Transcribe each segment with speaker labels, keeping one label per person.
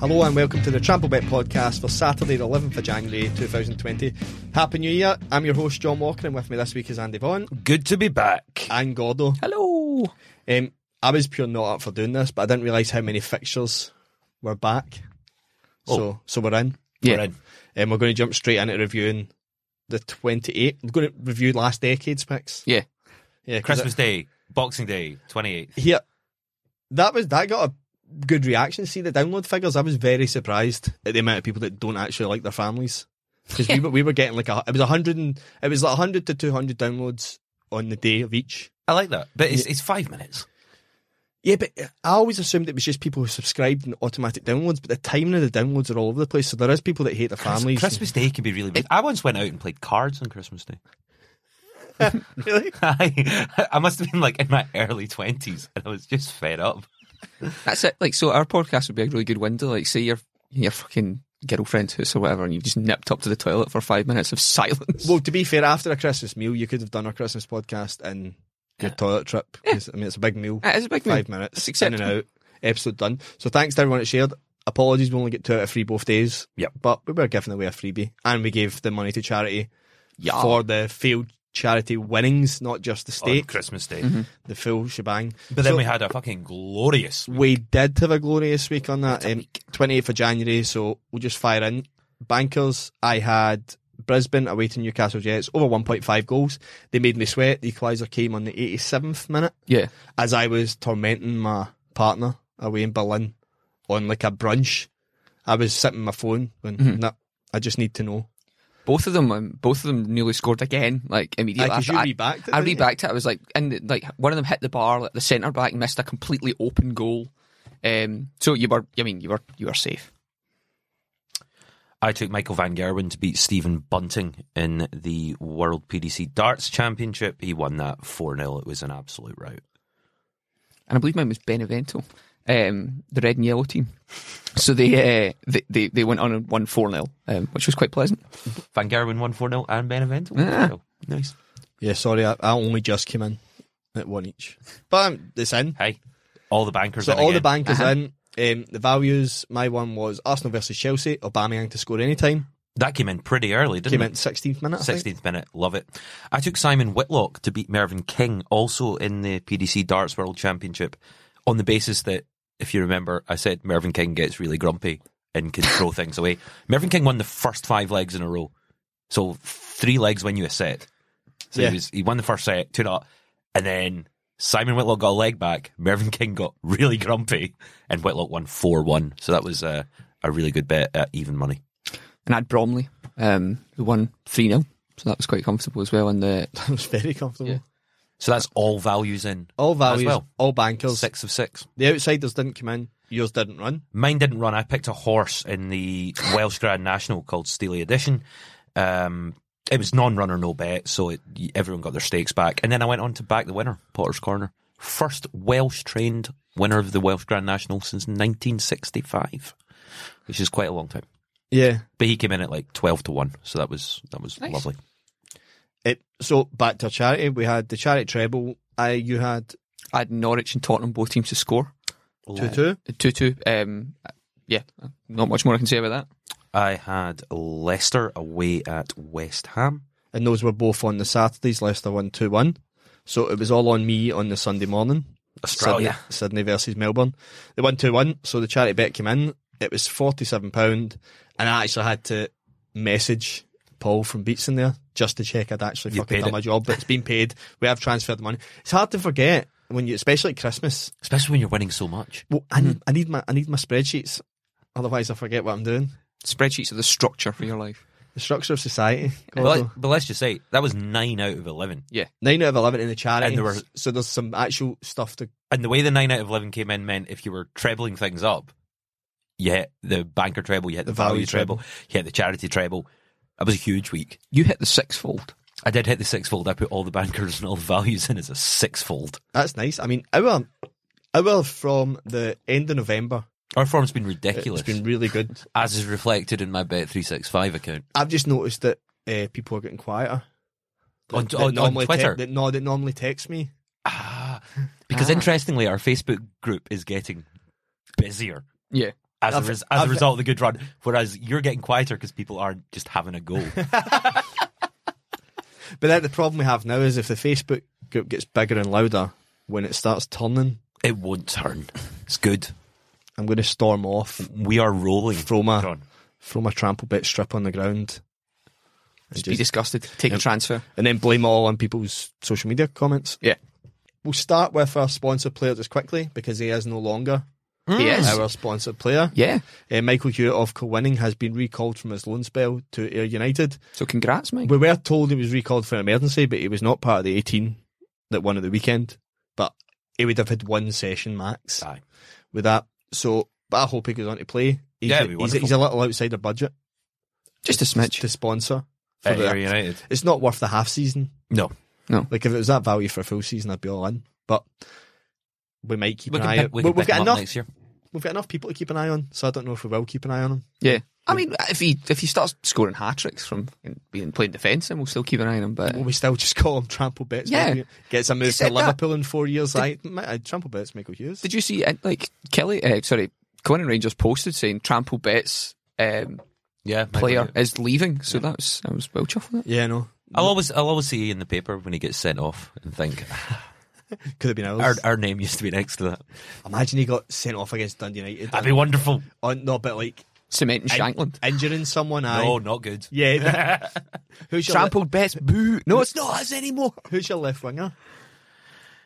Speaker 1: Hello and welcome to the Tramplebet podcast for Saturday, the 11th of January 2020. Happy New Year. I'm your host, John Walker, and with me this week is Andy Vaughan
Speaker 2: Good to be back.
Speaker 1: and Gordo.
Speaker 2: Hello.
Speaker 1: Um, I was pure not up for doing this, but I didn't realise how many fixtures were back. So, so we're in.
Speaker 2: Oh. Yeah.
Speaker 1: We're in. Um, we're going to jump straight into reviewing the 28th. We're going to review last decade's picks.
Speaker 2: Yeah.
Speaker 1: Yeah, 'cause
Speaker 3: Christmas Day, Boxing Day, 28th.
Speaker 1: it- Here, that was that got a good reaction. See the download figures. I was very surprised at the amount of people that don't actually like their families. because we, were, we were getting like a it was a hundred and it was like hundred to two hundred downloads on the day of each.
Speaker 3: I like that. But it's, it's five minutes.
Speaker 1: Yeah, but I always assumed it was just people who subscribed and automatic downloads, but the timing of the downloads are all over the place. So there is people that hate their families.
Speaker 3: Christmas Day can be really weird. I once went out and played cards on Christmas Day.
Speaker 1: really?
Speaker 3: I, I must have been like in my early 20s and I was just fed up.
Speaker 2: That's it. Like, so our podcast would be a really good window. Like, say your your fucking girlfriend's house or whatever, and you just nipped up to the toilet for five minutes of silence.
Speaker 1: Well, to be fair, after a Christmas meal, you could have done a Christmas podcast and your toilet trip. 'cause, I mean, it's a big meal.
Speaker 2: It is a big
Speaker 1: Five
Speaker 2: meal.
Speaker 1: minutes.
Speaker 2: It's
Speaker 1: In and
Speaker 2: acceptable.
Speaker 1: out. Episode done. So thanks to everyone that shared. Apologies, we only get two out of three both days.
Speaker 3: Yep.
Speaker 1: But we were giving away a freebie and we gave the money to charity
Speaker 2: Yeah.
Speaker 1: for the field charity winnings, not just the
Speaker 3: on
Speaker 1: state,
Speaker 3: Christmas Day.
Speaker 1: the full shebang.
Speaker 3: But then
Speaker 1: So
Speaker 3: we had a fucking glorious.
Speaker 1: we did have a glorious week on that. Um, 28th of January, so we'll just fire in. Bankers, I had Brisbane away to Newcastle Jets, over 1.5 goals. They made me sweat. The equaliser came on the 87th minute
Speaker 2: Yeah.
Speaker 1: as I was tormenting my partner away in Berlin on like a brunch. I was sitting on my phone going,
Speaker 3: Mm-hmm.
Speaker 1: "Nah, I just need to know.
Speaker 2: Both of them, um, both of them nearly scored again. Like immediately
Speaker 1: Aye, 'cause
Speaker 2: after.
Speaker 1: you
Speaker 2: I-
Speaker 1: re-backed it,
Speaker 2: I
Speaker 1: didn't you?
Speaker 2: re-backed it. I was like, and like one of them hit the bar. Like the centre back missed a completely open goal. Um. So you were. I mean, you were. You were safe.
Speaker 3: I took Michael Van Gerwen to beat Stephen Bunting in the World PDC Darts Championship. He won that 4 0. It was an absolute rout.
Speaker 2: and I believe mine was Benevento, um, the red and yellow team. So they uh, they, they they went on and won four 0 um, which was quite pleasant.
Speaker 3: Van Gerwen won 4 0 and Benevento. won 4-0. Nice.
Speaker 1: Yeah, sorry, I, I only just came in at one each. But um, it's in.
Speaker 3: Hey, all the bankers
Speaker 1: So
Speaker 3: in
Speaker 1: all the
Speaker 3: again. Uh-huh.
Speaker 1: bankers in. Um, the values, my one was Arsenal versus Chelsea, Aubameyang to score any time.
Speaker 3: That came in pretty early, didn't
Speaker 1: Came
Speaker 3: it?
Speaker 1: in 16th minute, I think.
Speaker 3: 16th minute, love it. I took Simon Whitlock to beat Mervyn King, also in the PDC Darts World Championship, on the basis that, if you remember, I said Mervyn King gets really grumpy and can throw things away. Mervyn King won the first five legs in a row, so three legs when you a set. So
Speaker 1: Yeah.
Speaker 3: he was he won the first set, two not, and then Simon Whitlock got a leg back. Mervyn King got really grumpy, and Whitlock won four one. So that was a a really good bet at even money.
Speaker 2: And I had Bromley, um, who won three 0 so that was quite comfortable as well. And uh, the
Speaker 1: It was very comfortable.
Speaker 2: Yeah.
Speaker 3: So that's all values in
Speaker 1: All values,
Speaker 3: as well.
Speaker 1: all bankers.
Speaker 3: Six of six.
Speaker 1: The outsiders didn't come in. Yours didn't run.
Speaker 3: Mine didn't run. I picked a horse in the Welsh Grand National called Steely Edition. Um, it was non-runner, no bet, so it, everyone got their stakes back. And then I went on to back the winner, Potter's Corner, first Welsh-trained winner of the Welsh Grand National since 1965, which is quite a long time.
Speaker 1: Yeah.
Speaker 3: But he came in at like 12 to one, so that was that was
Speaker 2: Nice.
Speaker 3: lovely.
Speaker 1: It, so back to charity. We had the charity treble. I you had
Speaker 2: I had Norwich and Tottenham both teams to score
Speaker 1: two two.
Speaker 2: two two. Um, yeah, not much more I can say about that.
Speaker 3: I had Leicester away at West Ham.
Speaker 1: And those were both on the Saturdays, Leicester one two one. So it was all on me on the Sunday morning.
Speaker 3: Australia.
Speaker 1: Sydney, Sydney versus Melbourne. They won 2 1, so the charity bet came in. It was £47, and I actually had to message Paul from Beats in there just to check I'd actually
Speaker 3: You
Speaker 1: fucking
Speaker 3: paid
Speaker 1: done
Speaker 3: it.
Speaker 1: my job, but it's been paid. We have transferred the money. It's hard to forget when you, especially at Christmas.
Speaker 3: Especially when you're winning so much.
Speaker 1: Well, I, need, I, need my, I need my spreadsheets, otherwise I forget what I'm doing.
Speaker 2: Spreadsheets are the structure for your life.
Speaker 1: The structure of society.
Speaker 3: But, let, but let's just say that was nine out of eleven,
Speaker 2: Yeah.
Speaker 1: Nine out of eleven in the charity.
Speaker 3: And there were-
Speaker 1: so there's some actual stuff to.
Speaker 3: and the way the nine out of eleven came in meant if you were trebling things up, you hit the banker treble, you hit the, value, treble, you hit the charity treble. That was a huge week.
Speaker 2: You hit the sixfold.
Speaker 3: I did hit the sixfold. I put all the bankers and all the values in as a sixfold.
Speaker 1: That's nice. I mean, our our from the end of November.
Speaker 3: Our form's been ridiculous,
Speaker 1: It's been really good.
Speaker 3: as is reflected in my bet three six five account.
Speaker 1: I've just noticed that uh, people are getting quieter.
Speaker 3: On-
Speaker 1: That- that
Speaker 3: on- on
Speaker 1: normally
Speaker 3: Twitter?
Speaker 1: Te- that, no, that normally text me.
Speaker 3: Ah, because
Speaker 2: Ah.
Speaker 3: interestingly, our Facebook group is getting busier
Speaker 2: Yeah.
Speaker 3: as a,
Speaker 1: I've-
Speaker 3: res- as a
Speaker 1: I've-
Speaker 3: result of the good run, whereas you're getting quieter because people aren't just having a go.
Speaker 1: But that the problem we have now is if the Facebook group gets bigger and louder, when it starts turning,
Speaker 3: it won't turn. It's good.
Speaker 1: I'm going to storm off,
Speaker 3: We are rolling.
Speaker 1: throw my
Speaker 3: John.
Speaker 1: throw my trample bit strip on the ground, and,
Speaker 2: Just be
Speaker 1: just-
Speaker 2: disgusted. Take a
Speaker 1: Yep.
Speaker 2: transfer.
Speaker 1: and then blame it all on people's social media comments.
Speaker 2: Yeah.
Speaker 1: We'll start with our sponsored player just quickly because he is no longer
Speaker 2: Yes.
Speaker 1: our sponsored player.
Speaker 2: Yeah.
Speaker 1: Uh, Michael Hewitt of Kilwinning has been recalled from his loan spell to Air United.
Speaker 2: So congrats, mate.
Speaker 1: We were told he was recalled for an emergency, but he was not part of the 18 that won at the weekend. But he would have had one session max
Speaker 3: Aye.
Speaker 1: with that. So, but I hope he goes on to play. He's,
Speaker 3: Yeah, it'd be
Speaker 1: he's,
Speaker 3: wonderful.
Speaker 1: he's a little outside of budget
Speaker 2: Just a smidge.
Speaker 1: to sponsor. For
Speaker 3: At
Speaker 1: the,
Speaker 3: Air United.
Speaker 1: it's not worth the half season.
Speaker 3: No.
Speaker 1: Like if it was that value for a full season, I'd be all in. But we might keep
Speaker 3: We
Speaker 1: an
Speaker 3: can
Speaker 1: eye
Speaker 3: pick,
Speaker 1: out.
Speaker 3: we
Speaker 1: We-
Speaker 3: can
Speaker 1: we've
Speaker 3: pick
Speaker 1: got
Speaker 3: him up
Speaker 1: enough.
Speaker 3: next year.
Speaker 1: We've got enough people to keep an eye on. So I don't know if we will keep an eye on him.
Speaker 2: Yeah. I mean, if he if he starts scoring hat tricks from being playing defence, then we'll still keep an eye on him. But
Speaker 1: Will we still just call him Trample Bits?
Speaker 2: Yeah.
Speaker 1: Michael Hughes? Gets a move to
Speaker 2: said that.
Speaker 1: Liverpool in four years. I, I Trample Bits, Michael Hughes.
Speaker 2: did you see uh, like Kelly? Uh, sorry, Conan Rangers posted saying Trample Betts um,
Speaker 3: Yeah,
Speaker 2: player is leaving. So that was I was well chuffed with it.
Speaker 1: yeah, no.
Speaker 3: I'll always, I'll always see you in the paper when he gets sent off and think
Speaker 1: Could have been
Speaker 3: our,
Speaker 1: ours.
Speaker 3: our name used to be next to that.
Speaker 1: Imagine he got sent off against Dundee United.
Speaker 3: That'd be wonderful.
Speaker 1: on, no, but like
Speaker 2: Cement and
Speaker 1: in-
Speaker 2: Shankland.
Speaker 1: injuring someone. Aye.
Speaker 3: No, not good.
Speaker 1: Yeah. who's your
Speaker 2: Trampled Betts. Boo. No, it's
Speaker 1: le-
Speaker 2: not.
Speaker 1: us anymore. Who's your left winger?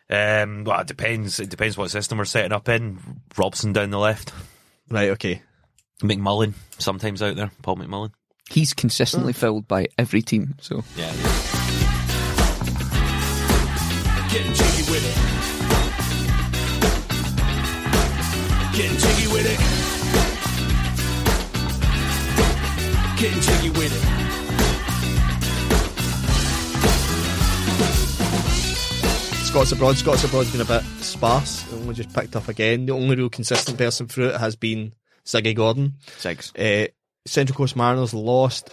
Speaker 3: Um, well, it depends. It depends what system we're setting up in. Robson down the left.
Speaker 1: Right. Okay.
Speaker 3: McMullen sometimes out there. Paul McMullen.
Speaker 2: He's consistently filled by every team. So
Speaker 3: Yeah.
Speaker 4: Getting jiggy with it. Getting jiggy with it. Getting jiggy with it.
Speaker 1: Scots abroad. Scots abroad's been a bit sparse. It Only just picked up again. The only real consistent person through it has been Ziggy Gordon.
Speaker 2: six.
Speaker 1: Uh, Central Coast Mariners lost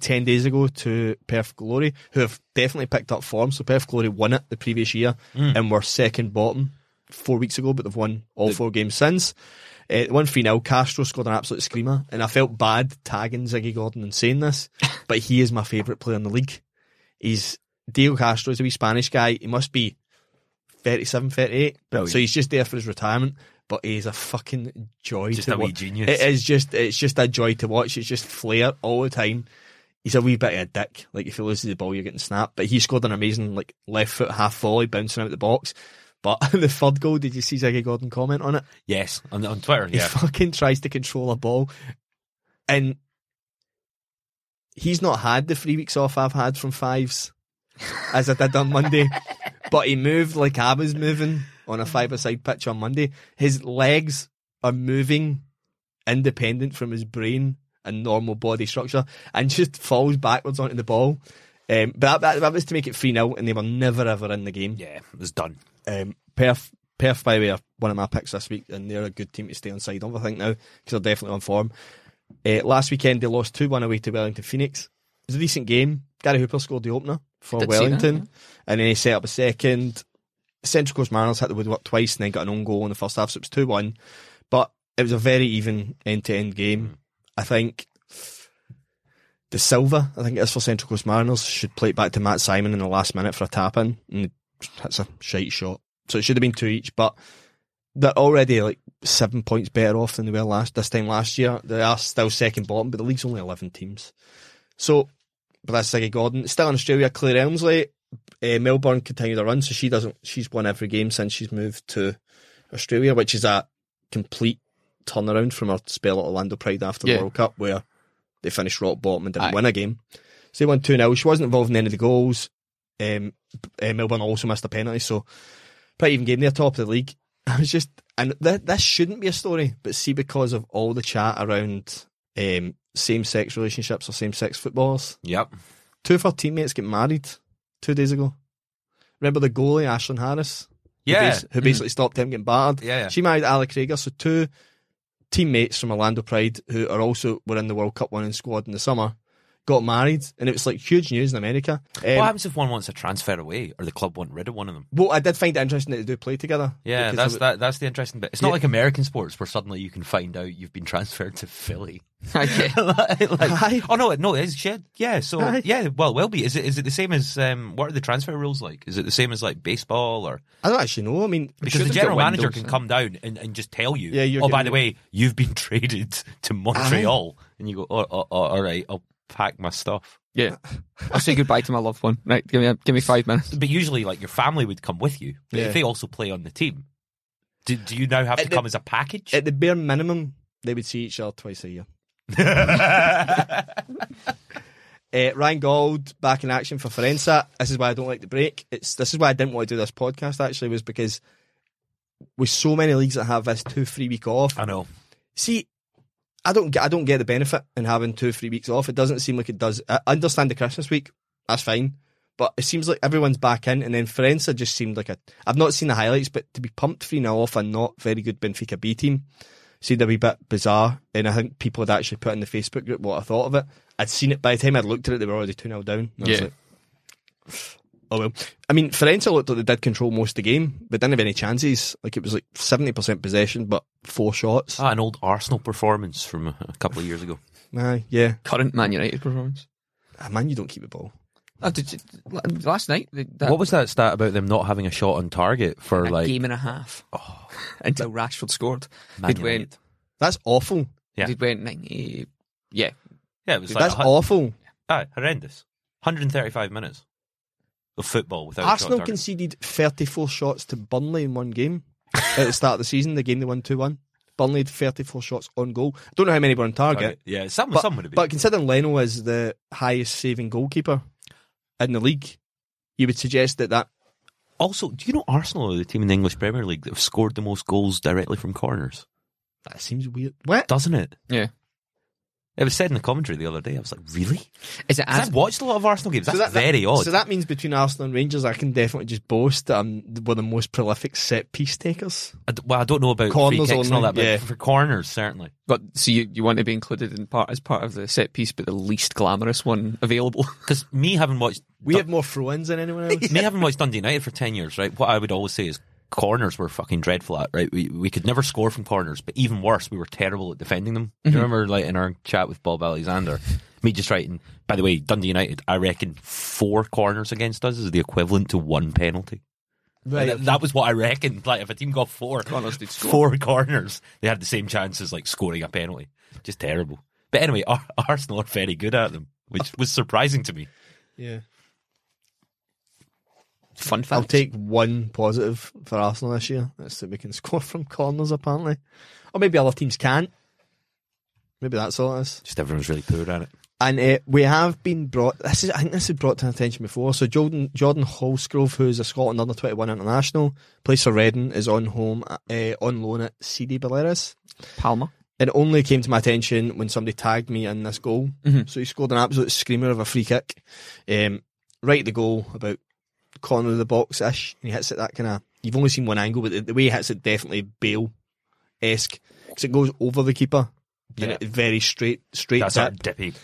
Speaker 1: 10 days ago to Perth Glory, who have definitely picked up form. So Perth Glory won it the previous year and were second bottom four weeks ago, but they've won all four games since. Uh, they won 3 0. Castro scored an absolute screamer, and I felt bad tagging Ziggy Gordon and saying this, but he is my favourite player in the league. He's Diego Castro, he's a wee Spanish guy. He must be 37, 38.
Speaker 2: Brilliant.
Speaker 1: So he's just there for his retirement, but he's a fucking joy
Speaker 3: Just
Speaker 1: to
Speaker 3: a wee
Speaker 1: wa-
Speaker 3: genius.
Speaker 1: It is just it's just a joy to watch. It's just flair all the time. He's a wee bit of a dick. Like if he loses the ball, you're getting snapped. But he scored an amazing like left foot half volley bouncing out the box. But the third goal, did you see Ziggy Gordon comment on it?
Speaker 3: Yes. On, on Twitter.
Speaker 1: He
Speaker 3: Yeah.
Speaker 1: fucking tries to control a ball, and he's not had the three weeks off I've had from fives, as I did on Monday. but he moved like I was moving on a five-a-side pitch on Monday. His legs are moving independent from his brain and normal body structure, and just falls backwards onto the ball. Um, but that, that was to make it 3 0, and they were never ever in the game.
Speaker 3: Yeah. It was done.
Speaker 1: Um, Perth, Perth, by the way, are one of my picks this week, and they're a good team to stay on side of, I think, now, because they're definitely on form. Uh, last weekend, they lost 2 1 away to Wellington Phoenix. It was a decent game. Gary Hooper scored the opener for
Speaker 2: Did see that,
Speaker 1: Wellington,
Speaker 2: yeah.
Speaker 1: and then he set up a second. Central Coast Mariners hit the woodwork twice and then got an own goal in the first half, so it was 2 1. But it was a very even end to end game. I think the Silva, I think it is for Central Coast Mariners, should play it back to Matt Simon in the last minute for a tap in, and that's a shite shot. So it should have been two each, but they're already like seven points better off than they were last this time last year. They are still second bottom, but the league's only eleven teams. So, but that's Ziggy Gordon still in Australia. Claire Elmsley, uh, Melbourne continued her run, so she doesn't. She's won every game since she's moved to Australia, which is a complete turnaround from her spell at Orlando Pride after the
Speaker 2: Yeah.
Speaker 1: World Cup, where They finished rock bottom and didn't
Speaker 2: Aye.
Speaker 1: win a game. So they won 2 0. She wasn't involved in any of the goals. Um, uh, Melbourne also missed a penalty, so pretty even game. They're top of the league. I was just, and th- this shouldn't be a story, but see, because of all the chat around um, same sex relationships or same sex footballers,
Speaker 3: Yep.
Speaker 1: Two of her teammates get married two days ago. Remember the goalie, Ashlyn Harris? Who
Speaker 3: Yeah. Mm-hmm.
Speaker 1: bas- Who basically stopped him getting battered.
Speaker 3: Yeah, yeah.
Speaker 1: She married Alec Krieger. So two teammates from Orlando Pride who are also were in the World Cup winning squad in the summer got married. And it was like huge news in America. Um,
Speaker 3: what happens if one wants to transfer away or the club want rid of one of them?
Speaker 1: well, I did find it interesting that they do play together.
Speaker 3: Yeah,
Speaker 1: because
Speaker 3: that's
Speaker 1: they were-
Speaker 3: that, that's the interesting bit. It's not
Speaker 1: Yeah.
Speaker 3: like American sports where suddenly you can find out you've been transferred to Philly.
Speaker 2: Okay.
Speaker 3: Like-
Speaker 1: Aye.
Speaker 3: oh no, no, it's shit. Yeah, so
Speaker 1: Aye.
Speaker 3: yeah, well, will be. Is it is it the same as um, what are the transfer rules like? Is it the same as like baseball or
Speaker 1: I don't actually know. I mean,
Speaker 3: because
Speaker 2: should
Speaker 3: the
Speaker 2: have
Speaker 3: general
Speaker 2: got
Speaker 3: manager
Speaker 2: windows,
Speaker 3: can
Speaker 2: eh?
Speaker 3: come down and, and just tell you,
Speaker 1: Yeah, you're
Speaker 3: oh by
Speaker 1: getting-
Speaker 3: the way, you've been traded to Montreal, and you go, oh, oh, oh, all right, I'll pack my stuff.
Speaker 2: Yeah. I'll say goodbye to my loved one. Right, give me give me five minutes.
Speaker 3: But usually, like your family would come with you. But
Speaker 1: Yeah.
Speaker 3: if they also play on the team, do, do you now have
Speaker 1: At
Speaker 3: to
Speaker 1: the-
Speaker 3: come as a package?
Speaker 1: at the bare minimum, they would see each other twice a year. Uh, Ryan Gold back in action for Forensa. This is why I don't like the break. It's this is why I didn't want to do this podcast actually was because with so many leagues that have this two three week off.
Speaker 3: I know.
Speaker 1: See, I don't get I don't get the benefit in having two three weeks off. It doesn't seem like it does. I understand the Christmas week, that's fine, but it seems like everyone's back in. And then Forensa just seemed like a. I've not seen the highlights, but to be pumped three now off a not very good Benfica B team seemed a wee bit bizarre. And I think people had actually put in the Facebook group what I thought of it. I'd seen it by the time I'd looked at it, they were already 2 0 down. And I was
Speaker 2: Yeah.
Speaker 1: like, oh, well. I mean, Firenze looked like they did control most of the game, but didn't have any chances. Like, it was like 70% possession, but four shots.
Speaker 3: Ah, an old Arsenal performance from a a couple of years ago.
Speaker 1: Aye, yeah.
Speaker 2: Current Man United performance.
Speaker 1: Ah, man, you don't keep the ball.
Speaker 2: Oh, did you, last night, the, that,
Speaker 3: what was that stat about them not having a shot on target for
Speaker 2: a
Speaker 3: like?
Speaker 2: game and a half until Rashford scored.
Speaker 3: Man
Speaker 2: They'd went,
Speaker 3: United.
Speaker 1: That's awful.
Speaker 3: Yeah.
Speaker 2: they'd went 90. Yeah,
Speaker 3: Yeah, it was like
Speaker 1: That's
Speaker 3: a hun-
Speaker 1: awful.
Speaker 3: aye, horrendous. 135 minutes of football without a shot on
Speaker 1: Arsenal
Speaker 3: target.
Speaker 1: conceded 34 shots to Burnley in one game at the start of the season, the game they won 2 1. Burnley had 34 shots on goal. I don't know how many were on target.
Speaker 3: Target. Yeah, some
Speaker 1: But,
Speaker 3: some would have been.
Speaker 1: but considering Leno is the highest saving goalkeeper in the league, you would suggest that that
Speaker 3: also, do you know Arsenal are the team in the English Premier League that have scored the most goals directly from corners?
Speaker 1: that seems weird. What?
Speaker 3: Doesn't it?
Speaker 2: yeah.
Speaker 3: It was said in the commentary the other day. I was like, really?
Speaker 2: Is it
Speaker 3: 'Cause
Speaker 2: as
Speaker 3: I've watched a lot of Arsenal games. That's
Speaker 1: that, that-
Speaker 3: very odd.
Speaker 1: So that means between Arsenal and Rangers, I can definitely just boast that I'm one of the most prolific set piece takers.
Speaker 3: I d- well, I don't know about free
Speaker 1: Corners
Speaker 3: kicks and all
Speaker 1: only,
Speaker 3: that, but
Speaker 1: yeah.
Speaker 3: for corners, certainly.
Speaker 2: But so you, you want to be included in part as part of the set piece, but the least glamorous one available.
Speaker 3: Because me having watched
Speaker 1: We have more throw-ins than anyone else.
Speaker 3: me having watched Dundee United for ten years, right? What I would always say is corners were fucking dreadful at, right? We we could never score from corners, but even worse, we were terrible at defending them. Do
Speaker 2: Mm-hmm.
Speaker 3: you remember, like in our chat with Bob Alexander, me just writing. By the way, Dundee United, I reckon four corners against us is the equivalent to one penalty. Like, That, that was what I reckoned. Like if a team got four
Speaker 2: Corners did score.
Speaker 3: four corners, they had the same chance as like scoring a penalty. Just terrible. But anyway, Ar- Arsenal are very good at them, which was surprising to me.
Speaker 1: Yeah.
Speaker 2: Fun fact.
Speaker 1: I'll take one positive for Arsenal this year. That's that we can score from corners, apparently. Or maybe other teams can't. Maybe that's all it is.
Speaker 3: Just everyone's really poor at it.
Speaker 1: And uh, we have been brought. This is, I think this was brought to our attention before. So Jordan Jordan Holsgrove, who is a Scotland under twenty one international, plays for Reading, is on home uh, on loan at CD Belarus.
Speaker 2: Palmer.
Speaker 1: It only came to my attention when somebody tagged me in this goal.
Speaker 3: Mm-hmm.
Speaker 1: So he scored an absolute screamer of a free kick, um, right at the goal, about corner of the box ish. And he hits it that kind of. You've only seen one angle, but the, the way he hits it definitely Bale esque because it goes over the keeper. And
Speaker 3: Yeah.
Speaker 1: it very straight, straight
Speaker 3: That's
Speaker 1: tip.
Speaker 3: that dippy.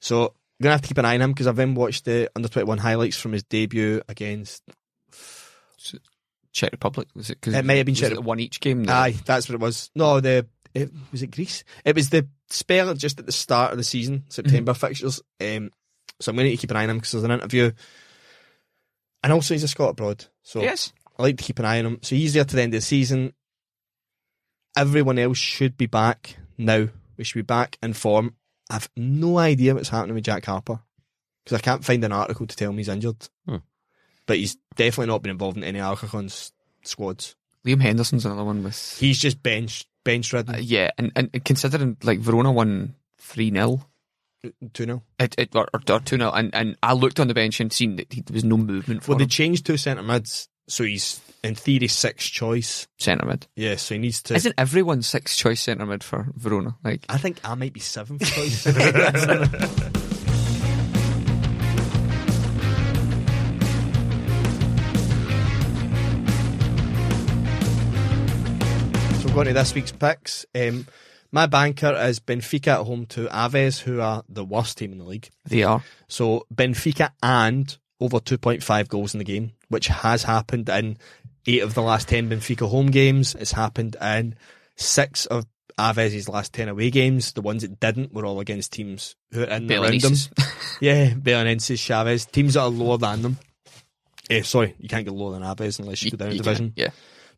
Speaker 1: So I'm gonna have to keep an eye on him because I've then watched the under twenty one highlights from his debut against.
Speaker 2: Czech Republic was it? Cause
Speaker 1: It may have been
Speaker 2: was
Speaker 1: Czech
Speaker 2: it the one each game. that-
Speaker 1: Aye, that's what it was. No, the it, was it Greece. It was the spell just at the start of the season, September fixtures. Um, so I'm going to keep an eye on him because there's an interview, and also he's a Scot abroad. So
Speaker 2: Yes.
Speaker 1: I like to keep an eye on him. So he's there to the end of the season. Everyone else should be back now. We should be back in form. I've no idea what's happening with Jack Harper because I can't find an article to tell me he's injured.
Speaker 3: Hmm.
Speaker 1: But he's definitely not been involved in any Alcacon's squads.
Speaker 2: Liam Henderson's another one with.
Speaker 1: He's just bench bench ridden.
Speaker 2: Uh, yeah, and, and considering like Verona won three 0
Speaker 1: Two 0
Speaker 2: It, it, or, or, or 2 0. And, and I looked on the bench and seen that he, there was no movement for
Speaker 1: Well, they
Speaker 2: him.
Speaker 1: changed two centre mids, so he's in theory six choice.
Speaker 2: centre mid.
Speaker 1: Yeah, so he needs to.
Speaker 2: Isn't everyone six choice centre mid for Verona? Like,
Speaker 1: I think I might be seventh choice. So we're going to this week's picks. Um, my banker is Benfica at home to Aves, who are the worst team in the league.
Speaker 2: they are.
Speaker 1: So Benfica and over 2.5 goals in the game, which has happened in eight of the last 10 Benfica home games. It's happened in six of Aves' last 10 away games. The ones that didn't were all against teams who are in and around them.
Speaker 2: Belenenses.
Speaker 1: Yeah, Belenenses, Chavez, teams that are lower than them. Eh, sorry, you can't get lower than Aves unless you go down a
Speaker 2: You- you
Speaker 1: division.
Speaker 2: can- Yeah.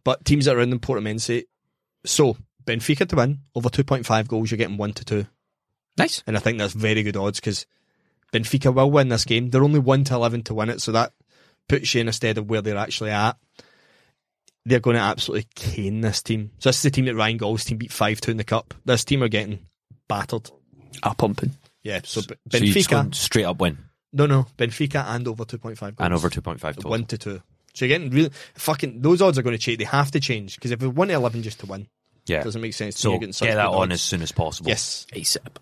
Speaker 1: But teams that are around them, Portamense. So Benfica to win over 2.5 goals, you're getting 1 to 2
Speaker 2: Nice.
Speaker 1: and I think that's very good odds because Benfica will win this game. They're only one to eleven to win it, so that puts you in a stead of where they're actually at. They're going to absolutely cane this team. So this is the team that Ryan Gall's team beat five two in the cup. This team are getting battered.
Speaker 2: A Ah, pumping.
Speaker 1: Yeah, so B-
Speaker 3: So you're just
Speaker 1: Benfica.
Speaker 3: going straight up win
Speaker 1: no, no, Benfica and over two point five goals
Speaker 3: and over 2.5 total.
Speaker 1: one to two. So you're getting really fucking those odds are going to change. They have to change because if they won eleven just to win,
Speaker 3: Yeah.
Speaker 1: doesn't make sense.
Speaker 3: So
Speaker 1: you're getting
Speaker 3: get
Speaker 1: such
Speaker 3: that
Speaker 1: good
Speaker 3: on
Speaker 1: odds.
Speaker 3: as soon as possible.
Speaker 1: Yes,
Speaker 2: ASAP.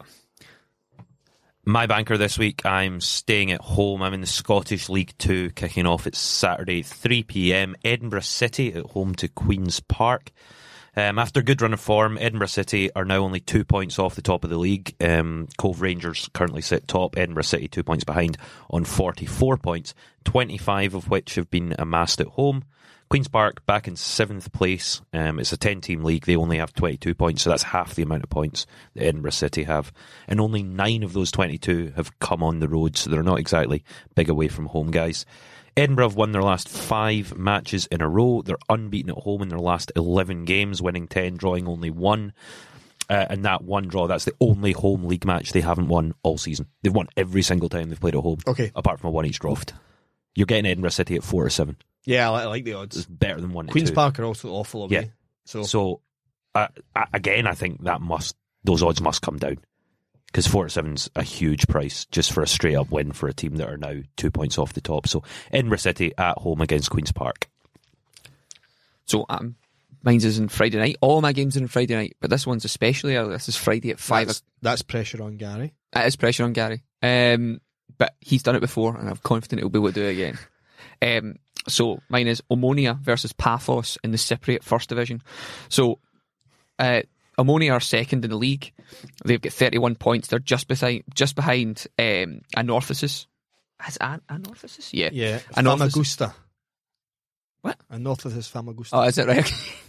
Speaker 3: My banker this week, I'm staying at home. I'm in the Scottish League Two, kicking off. It's Saturday, 3 pm. Edinburgh City at home to Queen's Park. Um, after a good run of form, Edinburgh City are now only two points off the top of the league. Um, Cove Rangers currently sit top, Edinburgh City two points behind on 44 points, 25 of which have been amassed at home. Queen's Park back in seventh place. Um, it's a 10 team league. They only have 22 points, so that's half the amount of points that Edinburgh City have. And only nine of those 22 have come on the road, so they're not exactly big away from home guys. Edinburgh have won their last five matches in a row. They're unbeaten at home in their last 11 games, winning 10, drawing only one. Uh, and that one draw, that's the only home league match they haven't won all season. They've won every single time they've played at home.
Speaker 1: Okay.
Speaker 3: Apart from a one each draw. You're getting Edinburgh City at four or seven.
Speaker 1: yeah, I li- I like the
Speaker 3: It's
Speaker 1: odds.
Speaker 3: better than one. to
Speaker 1: Queens
Speaker 3: two.
Speaker 1: Park are also awful away.
Speaker 3: Yeah.
Speaker 1: So
Speaker 3: So uh, uh, again, I think that must those odds must come down because four to seven's a huge price just for a straight up win for a team that are now two points off the top. So Edinburgh City at home against Queens Park.
Speaker 2: So um, mine's is on Friday night. All my games are on Friday night, but this one's especially early. This is Friday at five.
Speaker 1: That's, that's pressure on Gary.
Speaker 2: That is pressure on Gary. Um, but he's done it before, and I'm confident he'll be able to do it again. Um, so mine is Omonia versus Paphos in the Cypriot First Division. So uh, Omonia are second in the league. They've got 31 points. They're just behind just behind um, Anorthosis. Has An- Anorthosis? Yeah.
Speaker 1: Yeah,
Speaker 2: Anorthosis.
Speaker 1: Famagusta.
Speaker 2: What?
Speaker 1: Anorthosis Famagusta.
Speaker 2: Oh, is it right?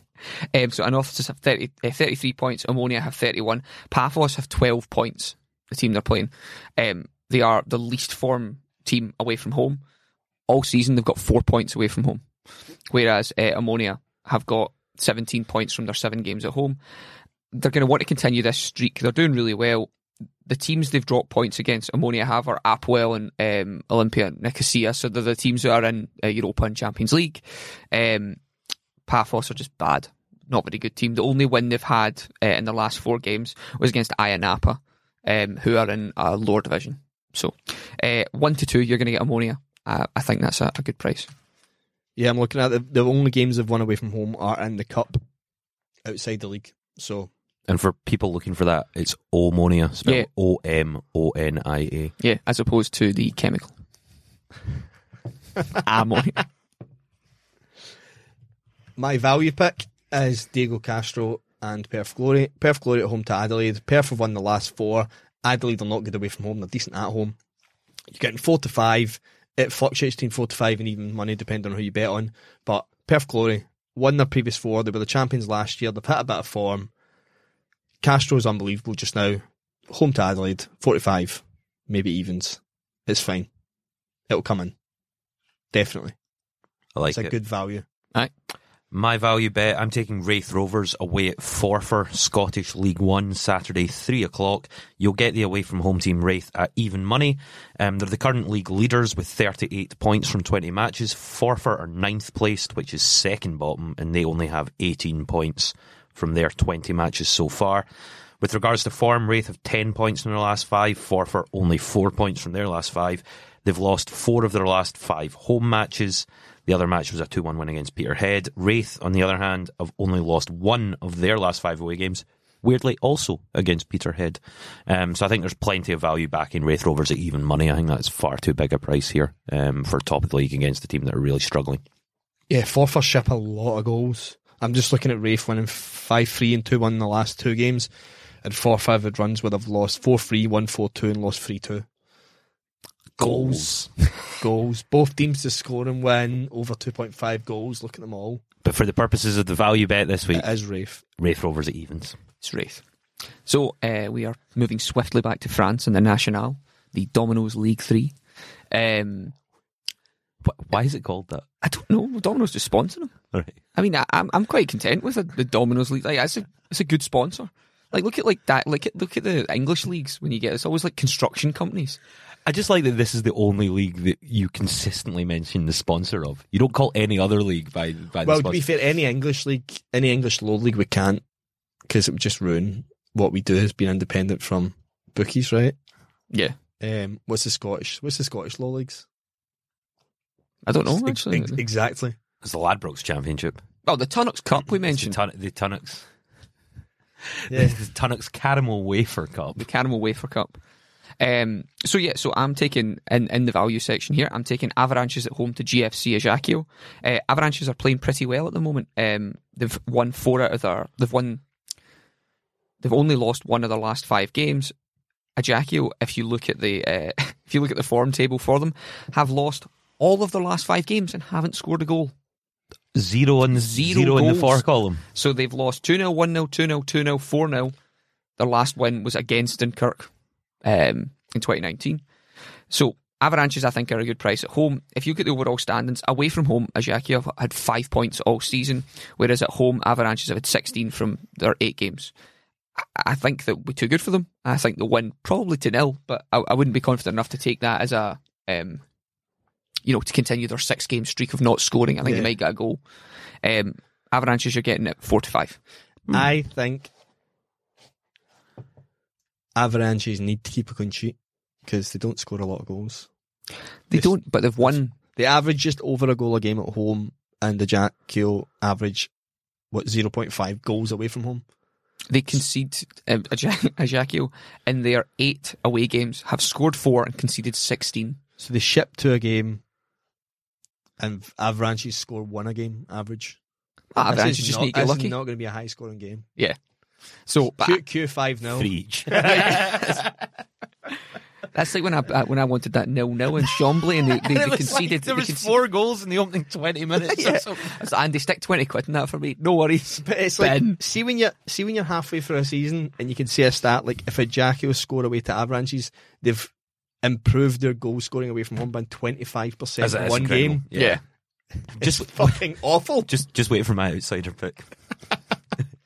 Speaker 2: Okay. um, so Anorthosis have 30, uh, 33 points, Ammonia have 31, Paphos have 12 points, the team they're playing. Um, they are the least form team away from home. All season, they've got four points away from home, whereas uh, Ammonia have got 17 points from their seven games at home. They're going to want to continue this streak. They're doing really well. The teams they've dropped points against, Ammonia have, are Apwell and um, Olympia Nicosia. So they're the teams that are in uh, Europa and Champions League. Um, Paphos are just bad. Not very good team. The only win they've had uh, in the last four games was against Ayanapa, um, who are in a lower division. So, uh, one to two, you're going to get ammonia. Uh, I think that's a, a good price.
Speaker 1: Yeah, I'm looking at the, the only games they've won away from home are in the cup, outside the league. So
Speaker 3: And for people looking for that, it's Omonia,
Speaker 2: Yeah.
Speaker 3: spelled O M O N I A.
Speaker 2: Yeah, as opposed to the chemical. ammonia.
Speaker 1: my value pick is Diego Castro and Perth Glory. Perth Glory at home to Adelaide. Perth have won the last four. Adelaide are not good away from home. They're decent at home. You're getting four to five. It fluctuates between four to five and even money, depending on who you bet on. But Perth Glory won their previous four. They were the champions last year. They've hit a bit of form. Castro's unbelievable just now. Home to Adelaide, 45, maybe evens. It's fine. It'll come in. Definitely.
Speaker 3: I like
Speaker 1: It's
Speaker 3: it.
Speaker 1: a good value.
Speaker 2: Aye.
Speaker 3: My value bet, I'm taking Wraith Rovers away at Forfar, Scottish League One, Saturday, 3 o'clock. You'll get the away from home team Wraith at even money. Um, they're the current league leaders with 38 points from 20 matches. Forfar are ninth placed, which is second bottom, and they only have 18 points from their 20 matches so far. With regards to form, Wraith have 10 points from their last five, Forfar only 4 points from their last five. They've lost four of their last five home matches. The other match was a 2 1 win against Peterhead. Wraith, on the other hand, have only lost one of their last five away games, weirdly also against Peterhead. Um, so I think there's plenty of value back in Wraith Rovers at even money. I think that's far too big a price here um, for top of the league against a team that are really struggling.
Speaker 1: Yeah, Forfar ship a lot of goals. I'm just looking at Rafe winning 5 3 and 2 1 in the last two games, and 4 5 had runs would have lost 4 3, 1 4 2, and lost 3 2. Goals. goals. Both teams to score and win over 2.5 goals. Look at them all.
Speaker 3: But for the purposes of the value bet this week,
Speaker 1: It is Rafe.
Speaker 3: Wraith Rovers at evens.
Speaker 2: It's Wraith. So uh, we are moving swiftly back to France and the National, the Domino's League Three. Um,
Speaker 3: Wh- Why is it called that?
Speaker 2: I don't know. Domino's just sponsoring them.
Speaker 3: All right.
Speaker 2: I mean, I, I'm I'm quite content with the, the Domino's League. Like, it's a it's a good sponsor. Like look at like that. Like at- look at the English leagues when you get it's always like construction companies.
Speaker 3: I just like that this is the only league that you consistently mention the sponsor of. You don't call any other league by by
Speaker 1: Well,
Speaker 3: the
Speaker 1: to
Speaker 3: sponsor.
Speaker 1: be fair, any English league, any English low league, we can't because it would just ruin what we do as being independent from bookies, right?
Speaker 2: Yeah,
Speaker 1: Um, what's the Scottish? What's the Scottish low leagues?
Speaker 2: I don't know
Speaker 1: Ex-
Speaker 2: Oh, actually.
Speaker 1: ex- exactly.
Speaker 3: it's the Ladbrokes Championship.
Speaker 2: well, the Tunnock's Cup we mentioned,
Speaker 3: It's the, Tun- the Tunnocks.
Speaker 1: Yeah.
Speaker 3: the Tunnocks Caramel Wafer Cup.
Speaker 2: the Caramel Wafer Cup. Um, so yeah, so I'm taking in, in the value section here. I'm taking Avalanches at home to GFC Ajaccio. Uh, Avalanches are playing pretty well at the moment. Um, they've won four out of their. They've won. They've only lost one of their last five games. Ajaccio, if you look at the uh, if you look at the form table for them, have lost all of their last five games and haven't scored a goal.
Speaker 3: Zero on the
Speaker 2: Zero
Speaker 3: zero, in the
Speaker 2: goals.
Speaker 3: four column.
Speaker 2: So they've lost 2 0, 1 0, 2 0, 2 0, 4 0. Their last win was against Dunkirk um, in 2019. So Avalanches, I think, are a good price at home. If you look at the overall standings, away from home, Ajaccio have had five points all season, whereas at home, Avalanches have had 16 from their eight games. I- I think that would be too good for them. I think they'll win probably to nil, but I, I wouldn't be confident enough to take that as a, um, you know, to continue their six game streak of not scoring. I think
Speaker 1: Yeah.
Speaker 2: they might get a goal. Um, Avalanches, you're getting at four to five.
Speaker 1: I think Avalanches need to keep a clean sheet because they don't score a lot of goals.
Speaker 2: They
Speaker 1: Yes.
Speaker 2: don't, but they've won.
Speaker 1: They average just over a goal a game at home, and the Jack Keel average what zero point five goals away from home.
Speaker 2: They concede um, Aja- Ajaccio in their eight away games, have scored four and conceded 16.
Speaker 1: So they ship to a game, and Avalanches score one a game average. This is
Speaker 2: Avalanches just
Speaker 1: not-
Speaker 2: need to get
Speaker 1: this is
Speaker 2: lucky.
Speaker 1: not going to be a high scoring game.
Speaker 2: yeah. So but
Speaker 1: Q Q five nil.
Speaker 3: Three each.
Speaker 2: that's like when I uh, when I wanted that nil nil in Chambly and they, they, they conceded. they conceded-
Speaker 3: goals in the opening 20 minutes.
Speaker 2: Yeah. I was like, Andy, stick twenty quid in that for me. No worries.
Speaker 1: But it's like
Speaker 2: Ben.
Speaker 1: see when you see when you're halfway through a season and you can see a stat like if a Jacko score away to Avalanches, they've improved their goal scoring away from home by twenty five percent
Speaker 3: That's-
Speaker 1: in
Speaker 3: that's
Speaker 1: one
Speaker 3: incredible.
Speaker 1: game.
Speaker 3: Yeah.
Speaker 1: Just fucking awful.
Speaker 3: Just just wait for my outsider pick.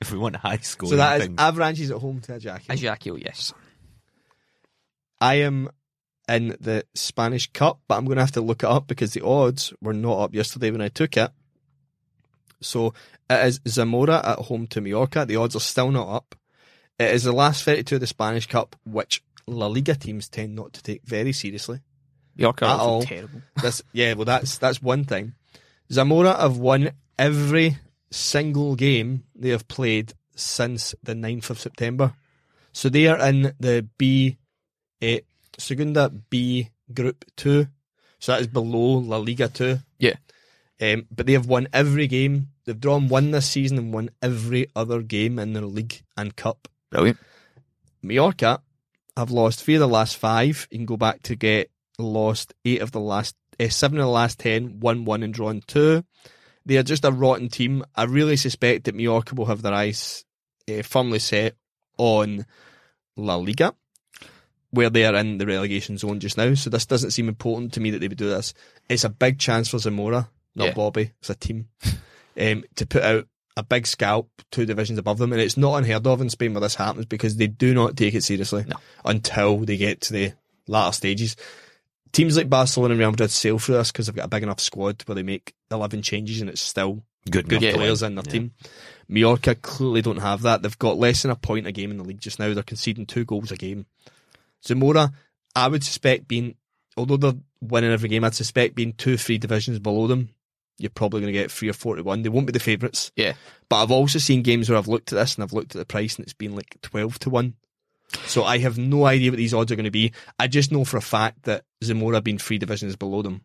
Speaker 3: if we want high scoring
Speaker 1: so that is
Speaker 3: things.
Speaker 1: Avalanches at home to a Jacko.
Speaker 2: Ajaccio, yes.
Speaker 1: I am in the Spanish Cup, but I'm going to have to look it up because the odds were not up yesterday when I took it. So it is Zamora at home to Mallorca. The odds are still not up. It is the last 32 of the Spanish Cup, which La Liga teams tend not to take very seriously.
Speaker 2: Yorker
Speaker 1: At all.
Speaker 2: terrible.
Speaker 1: That's yeah, well that's that's one thing. Zamora have won every single game they have played since the 9th of September. So they are in the B eh, Segunda B group 2. So that is below La Liga 2.
Speaker 2: Yeah.
Speaker 1: Um, but they have won every game. They've drawn one this season and won every other game in their league and cup.
Speaker 2: Brilliant.
Speaker 1: Mallorca have lost three of the last five and go back to get lost eight of the last eh, seven of the last ten, one one and drawn two. They are just a rotten team. I really suspect that Mallorca will have their eyes eh, firmly set on La Liga, where they are in the relegation zone just now. So this doesn't seem important to me that they would do this. It's a big chance for Zamora, not
Speaker 2: Yeah.
Speaker 1: Bobby. It's a team um, to put out a big scalp two divisions above them, and it's not unheard of in Spain where this happens because they do not take it seriously
Speaker 2: No.
Speaker 1: until they get to the latter stages. Teams like Barcelona and Real Madrid sail through this because they've got a big enough squad where they make eleven changes and it's still
Speaker 3: Good,
Speaker 1: good
Speaker 3: enough to
Speaker 1: players
Speaker 3: win.
Speaker 1: in their
Speaker 3: Yeah.
Speaker 1: team. Mallorca clearly don't have that. They've got less than a point a game in the league just now. They're conceding two goals a game. Zamora, I would suspect being, although they're winning every game, I'd suspect being two, three divisions below them. You're probably going to get three or four to one. They won't be the favourites.
Speaker 2: Yeah.
Speaker 1: But I've also seen games where I've looked at this and I've looked at the price and it's been like 12 to 1. So I have no idea what these odds are going to be. I just know for a fact that Zamora being three divisions below them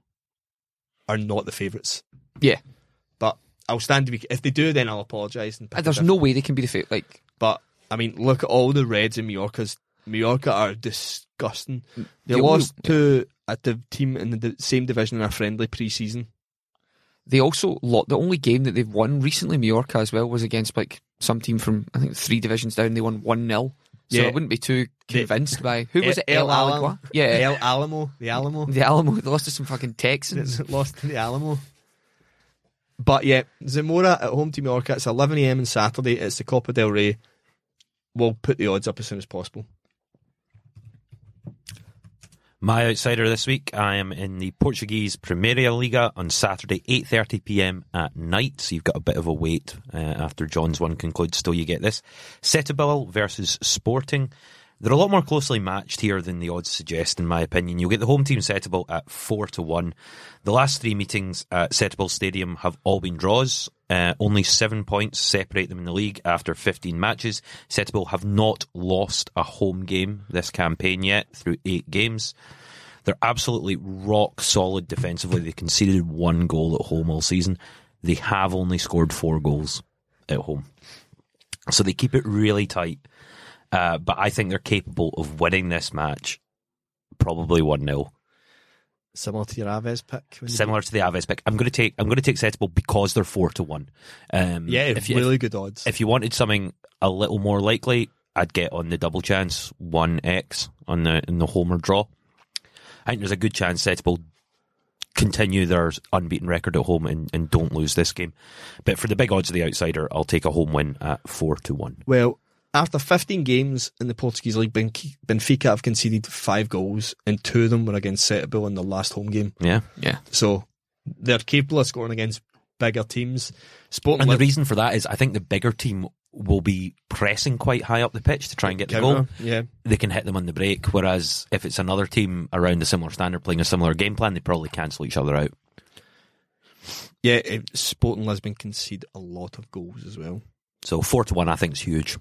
Speaker 1: are not the favourites.
Speaker 2: Yeah.
Speaker 1: But I'll stand to be. If they do, then I'll apologise. And pick a
Speaker 2: And there's
Speaker 1: different-
Speaker 2: no way they can be the favorite. Like,
Speaker 1: But I mean, look at all the Reds in Mallorca's. Mallorca are disgusting. They
Speaker 2: The
Speaker 1: lost
Speaker 2: only-
Speaker 1: to a div- team in the di- same division in a friendly pre-season.
Speaker 2: they also lo- the only game that they've won recently, Mallorca as well, was against like some team from I think three divisions down. They won one 0 so
Speaker 1: Yeah.
Speaker 2: I wouldn't be too convinced by who was it?
Speaker 1: Eh, El
Speaker 2: El
Speaker 1: Al-
Speaker 2: Alagua, yeah,
Speaker 1: El Alamo, the Alamo.
Speaker 2: the Alamo. They lost to some fucking Texans.
Speaker 1: That's lost to the Alamo. But yeah, Zamora at home to Mallorca. It's 11 a.m. on Saturday. It's the Copa del Rey. We'll put the odds up as soon as possible.
Speaker 3: My outsider this week, I am in the Portuguese Primeira Liga on Saturday, 8.30 p.m. at night, so you've got a bit of a wait uh, after John's one concludes till you get this. Setubal versus Sporting. They're a lot more closely matched here than the odds suggest, in my opinion. You'll get the home team Setubal at 4 to 1. The last three meetings at Setubal Stadium have all been draws. Uh, only seven points separate them in the league after 15 matches. Setubal have not lost a home game this campaign yet through eight games. They're absolutely rock solid defensively. They conceded one goal at home all season. They have only scored four goals at home. So they keep it really tight. Uh, but I think they're capable of winning this match probably 1 0.
Speaker 1: Similar to your Aves pick. when you-
Speaker 3: Similar to the Aves pick. I'm gonna take I'm gonna take Setable because they're four to one. Um
Speaker 1: yeah,
Speaker 3: if you,
Speaker 1: really good odds.
Speaker 3: if you wanted something a little more likely, I'd get on the double chance one X on the in the homer draw. I think there's a good chance Setable continue their unbeaten record at home and, and don't lose this game. But for the big odds of the outsider, I'll take a home win at four to one.
Speaker 1: Well, after 15 games in the Portuguese league, Ben- Benfica have conceded five goals, and two of them were against Setúbal in their last home game.
Speaker 3: Yeah.
Speaker 2: Yeah,
Speaker 1: So they're capable of scoring against bigger teams. Sporting
Speaker 3: And the
Speaker 1: Lis-
Speaker 3: reason for that is I think the bigger team will be pressing quite high up the pitch to try and get the goal.
Speaker 1: counter, yeah.
Speaker 3: They can hit them on the break, whereas if it's another team around a similar standard playing a similar game plan, they probably cancel each other out.
Speaker 1: Yeah, eh, Sporting Lisbon concede a lot of goals as well.
Speaker 3: So four to one, I think is huge.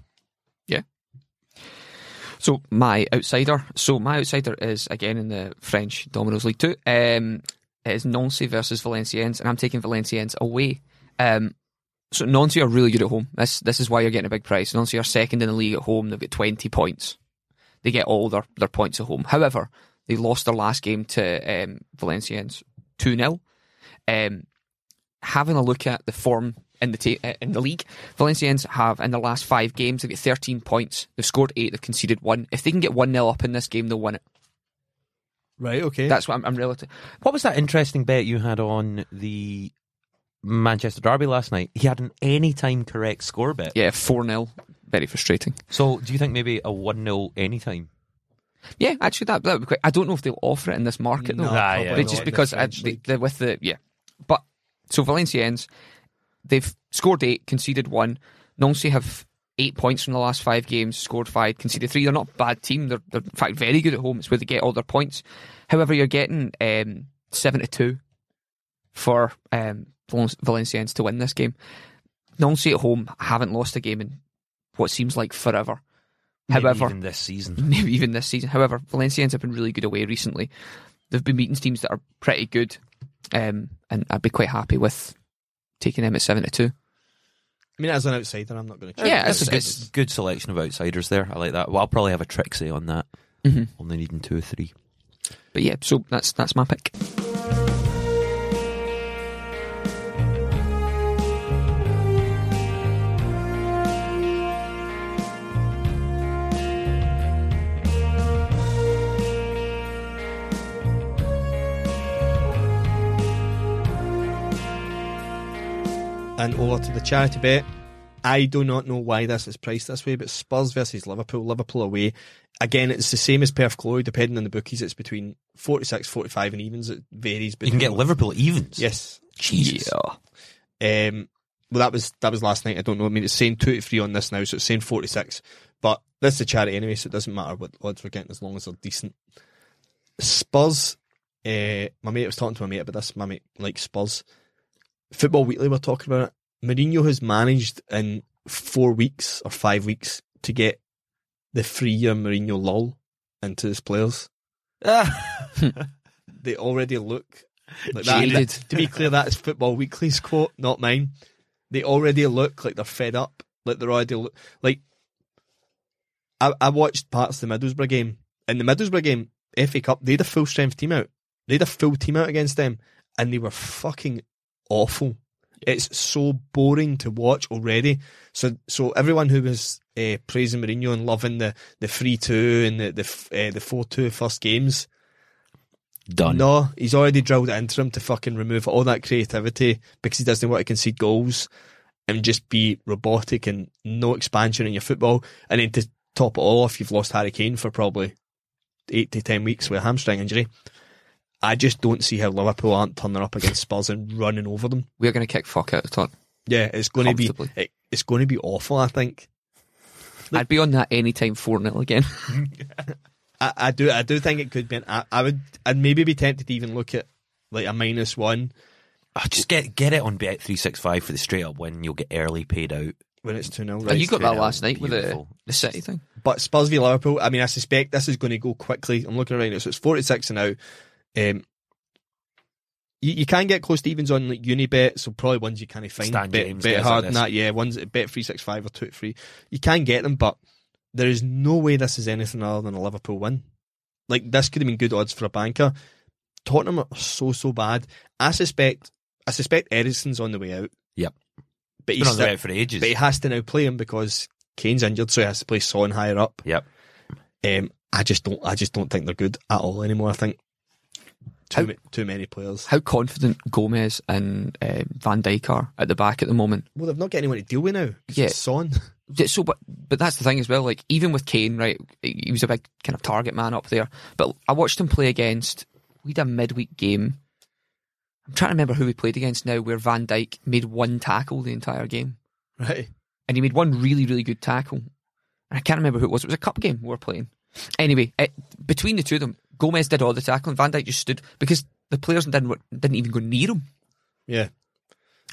Speaker 2: So my outsider. So my outsider is again in the French Domino's League Two. Um, it is Nancy versus Valenciennes, and I'm taking Valenciennes away. Um, so Nancy are really good at home. This this is why you're getting a big price. Nancy are second in the league at home. They've got 20 points. They get all their, their points at home. However, they lost their last game to um, Valenciennes two 0 um, having a look at the form in the ta- uh, in the league, Valencians have in their last five games they've got 13 points. They've scored eight. They've conceded one. If they can get one 0 up in this game, they'll win it.
Speaker 1: Right, okay.
Speaker 2: That's what I'm, I'm relative.
Speaker 3: What was that interesting bet you had on the Manchester Derby last night? He had an any time correct score bet.
Speaker 2: Yeah, four 0 Very frustrating.
Speaker 3: So do you think maybe a 1 0 anytime?
Speaker 2: Yeah, actually, that that would be quite. I don't know if they'll offer it in this market though.
Speaker 1: No,
Speaker 3: Nah,
Speaker 1: probably
Speaker 3: yeah.
Speaker 2: But
Speaker 1: not
Speaker 2: just
Speaker 1: in the
Speaker 2: because I,
Speaker 1: French
Speaker 2: they,
Speaker 1: league.
Speaker 2: they're with the yeah, but so Valenciennes, they've scored eight, conceded one. Nancy have eight points from the last five games, scored five, conceded three. They're not a bad team. They're, they're in fact very good at home. It's where they get all their points. However, you're getting um, seven to two for um, Val- Valenciennes to win this game. Nancy at home haven't lost a game in what seems like forever. However,
Speaker 3: even this season.
Speaker 2: maybe even this season. However, Valencians have been really good away recently. They've been meeting teams that are pretty good, um, and I'd be quite happy with taking them at seven to two.
Speaker 1: I mean, as an outsider, I'm not going to.
Speaker 2: Yeah,
Speaker 3: That's a good,
Speaker 2: it's-
Speaker 3: good selection of outsiders there. I like that. Well, I'll probably have a Trixie on that.
Speaker 2: Mhm.
Speaker 3: Only needing two or three.
Speaker 2: But yeah, so that's that's my pick.
Speaker 1: And over to the charity bet. I do not know why this is priced this way, but Spurs versus Liverpool, Liverpool away. Again, it's the same as Perth Glory, depending on the bookies. It's between 46, 45 and evens. It varies.
Speaker 3: You can get Liverpool evens.
Speaker 1: Yes.
Speaker 3: Jesus.
Speaker 2: Yeah.
Speaker 1: Um, well, that was that was last night. I don't know. I mean, it's saying two to three on this now, so it's saying forty six. But this is a charity anyway, so it doesn't matter what odds we're getting as long as they're decent. Spurs. Uh, my mate I was talking to my mate about this. My mate likes Spurs. Football Weekly were talking about it. Mourinho has managed in four weeks or five weeks to get the three year Mourinho lull into his players. they already look like that.
Speaker 2: Jaded.
Speaker 1: To be clear, that is Football Weekly's quote, not mine. They already look like they're fed up. Like they're already look, like. I, I watched parts of the Middlesbrough game. In the Middlesbrough game, FA Cup, they had a full strength team out. They had a full team out against them, and they were fucking awful. It's so boring to watch already. So, so everyone who was uh, praising Mourinho and loving the the three two and the the f- uh, the four two first games,
Speaker 3: Done.
Speaker 1: no, he's already drilled it into him to fucking remove all that creativity because he doesn't want to concede goals and just be robotic and no expansion in your football. And then to top it all off, you've lost Harry Kane for probably eight to ten weeks with a hamstring injury. I just don't see how Liverpool aren't turning up against Spurs and running over them.
Speaker 2: We're going to kick fuck out of Tottenham.
Speaker 1: Yeah, it's going to be
Speaker 2: Comfortably.
Speaker 1: it, it's going to be awful. I think.
Speaker 2: I'd be on that anytime 4 0 again.
Speaker 1: I, I do I do think it could be. An, I, I would I'd maybe be tempted to even look at like a minus one
Speaker 3: Ah, just get get it on Bet three six five for the straight up win. You'll get early paid out.
Speaker 1: when it's two 0
Speaker 2: Oh, you got that
Speaker 3: 2-0,
Speaker 2: last night with the,
Speaker 3: beautiful.
Speaker 2: the City thing.
Speaker 1: But Spurs v Liverpool, I mean, I suspect this is going to go quickly. I'm looking around now, so it's 46 now. Um, you, you can get close to evens on like Unibet, so probably ones you can't find.
Speaker 3: Stan
Speaker 1: bet,
Speaker 3: James
Speaker 1: bet
Speaker 3: gets
Speaker 1: hard
Speaker 3: on
Speaker 1: and
Speaker 3: this.
Speaker 1: that, yeah. Ones at bet three six five or two three. You can get them, but there is no way this is anything other than a Liverpool win. Like this could have been good odds for a banker. Tottenham are so so bad. I suspect I suspect Ericsson's on the way out,
Speaker 3: Yep,
Speaker 1: but
Speaker 3: been
Speaker 1: he's
Speaker 3: on the
Speaker 1: still,
Speaker 3: way out for ages.
Speaker 1: but he has to now play him because Kane's injured, so he has to play Son higher up.
Speaker 3: Yep,
Speaker 1: Um, I just don't. I just don't think they're good at all anymore. I think too ma- too many players.
Speaker 2: How confident Gomez and um, Van Dijk are at the back at the moment.
Speaker 1: Well, they've not got anyone to deal with now. 'cause
Speaker 2: Yeah.
Speaker 1: it's Son.
Speaker 2: Yeah, So, but but that's the thing as well. Like even with Kane, right? He was a big kind of target man up there. But I watched him play against. We had a midweek game. I'm trying to remember who we played against now, where Van Dijk made one tackle the entire game,
Speaker 1: Right.
Speaker 2: and he made one really really good tackle. And I can't remember who it was. It was a cup game we were playing. Anyway, it, between the two of them, Gomez did all the tackling. Van Dijk just stood because the players didn't didn't even go near him.
Speaker 1: Yeah.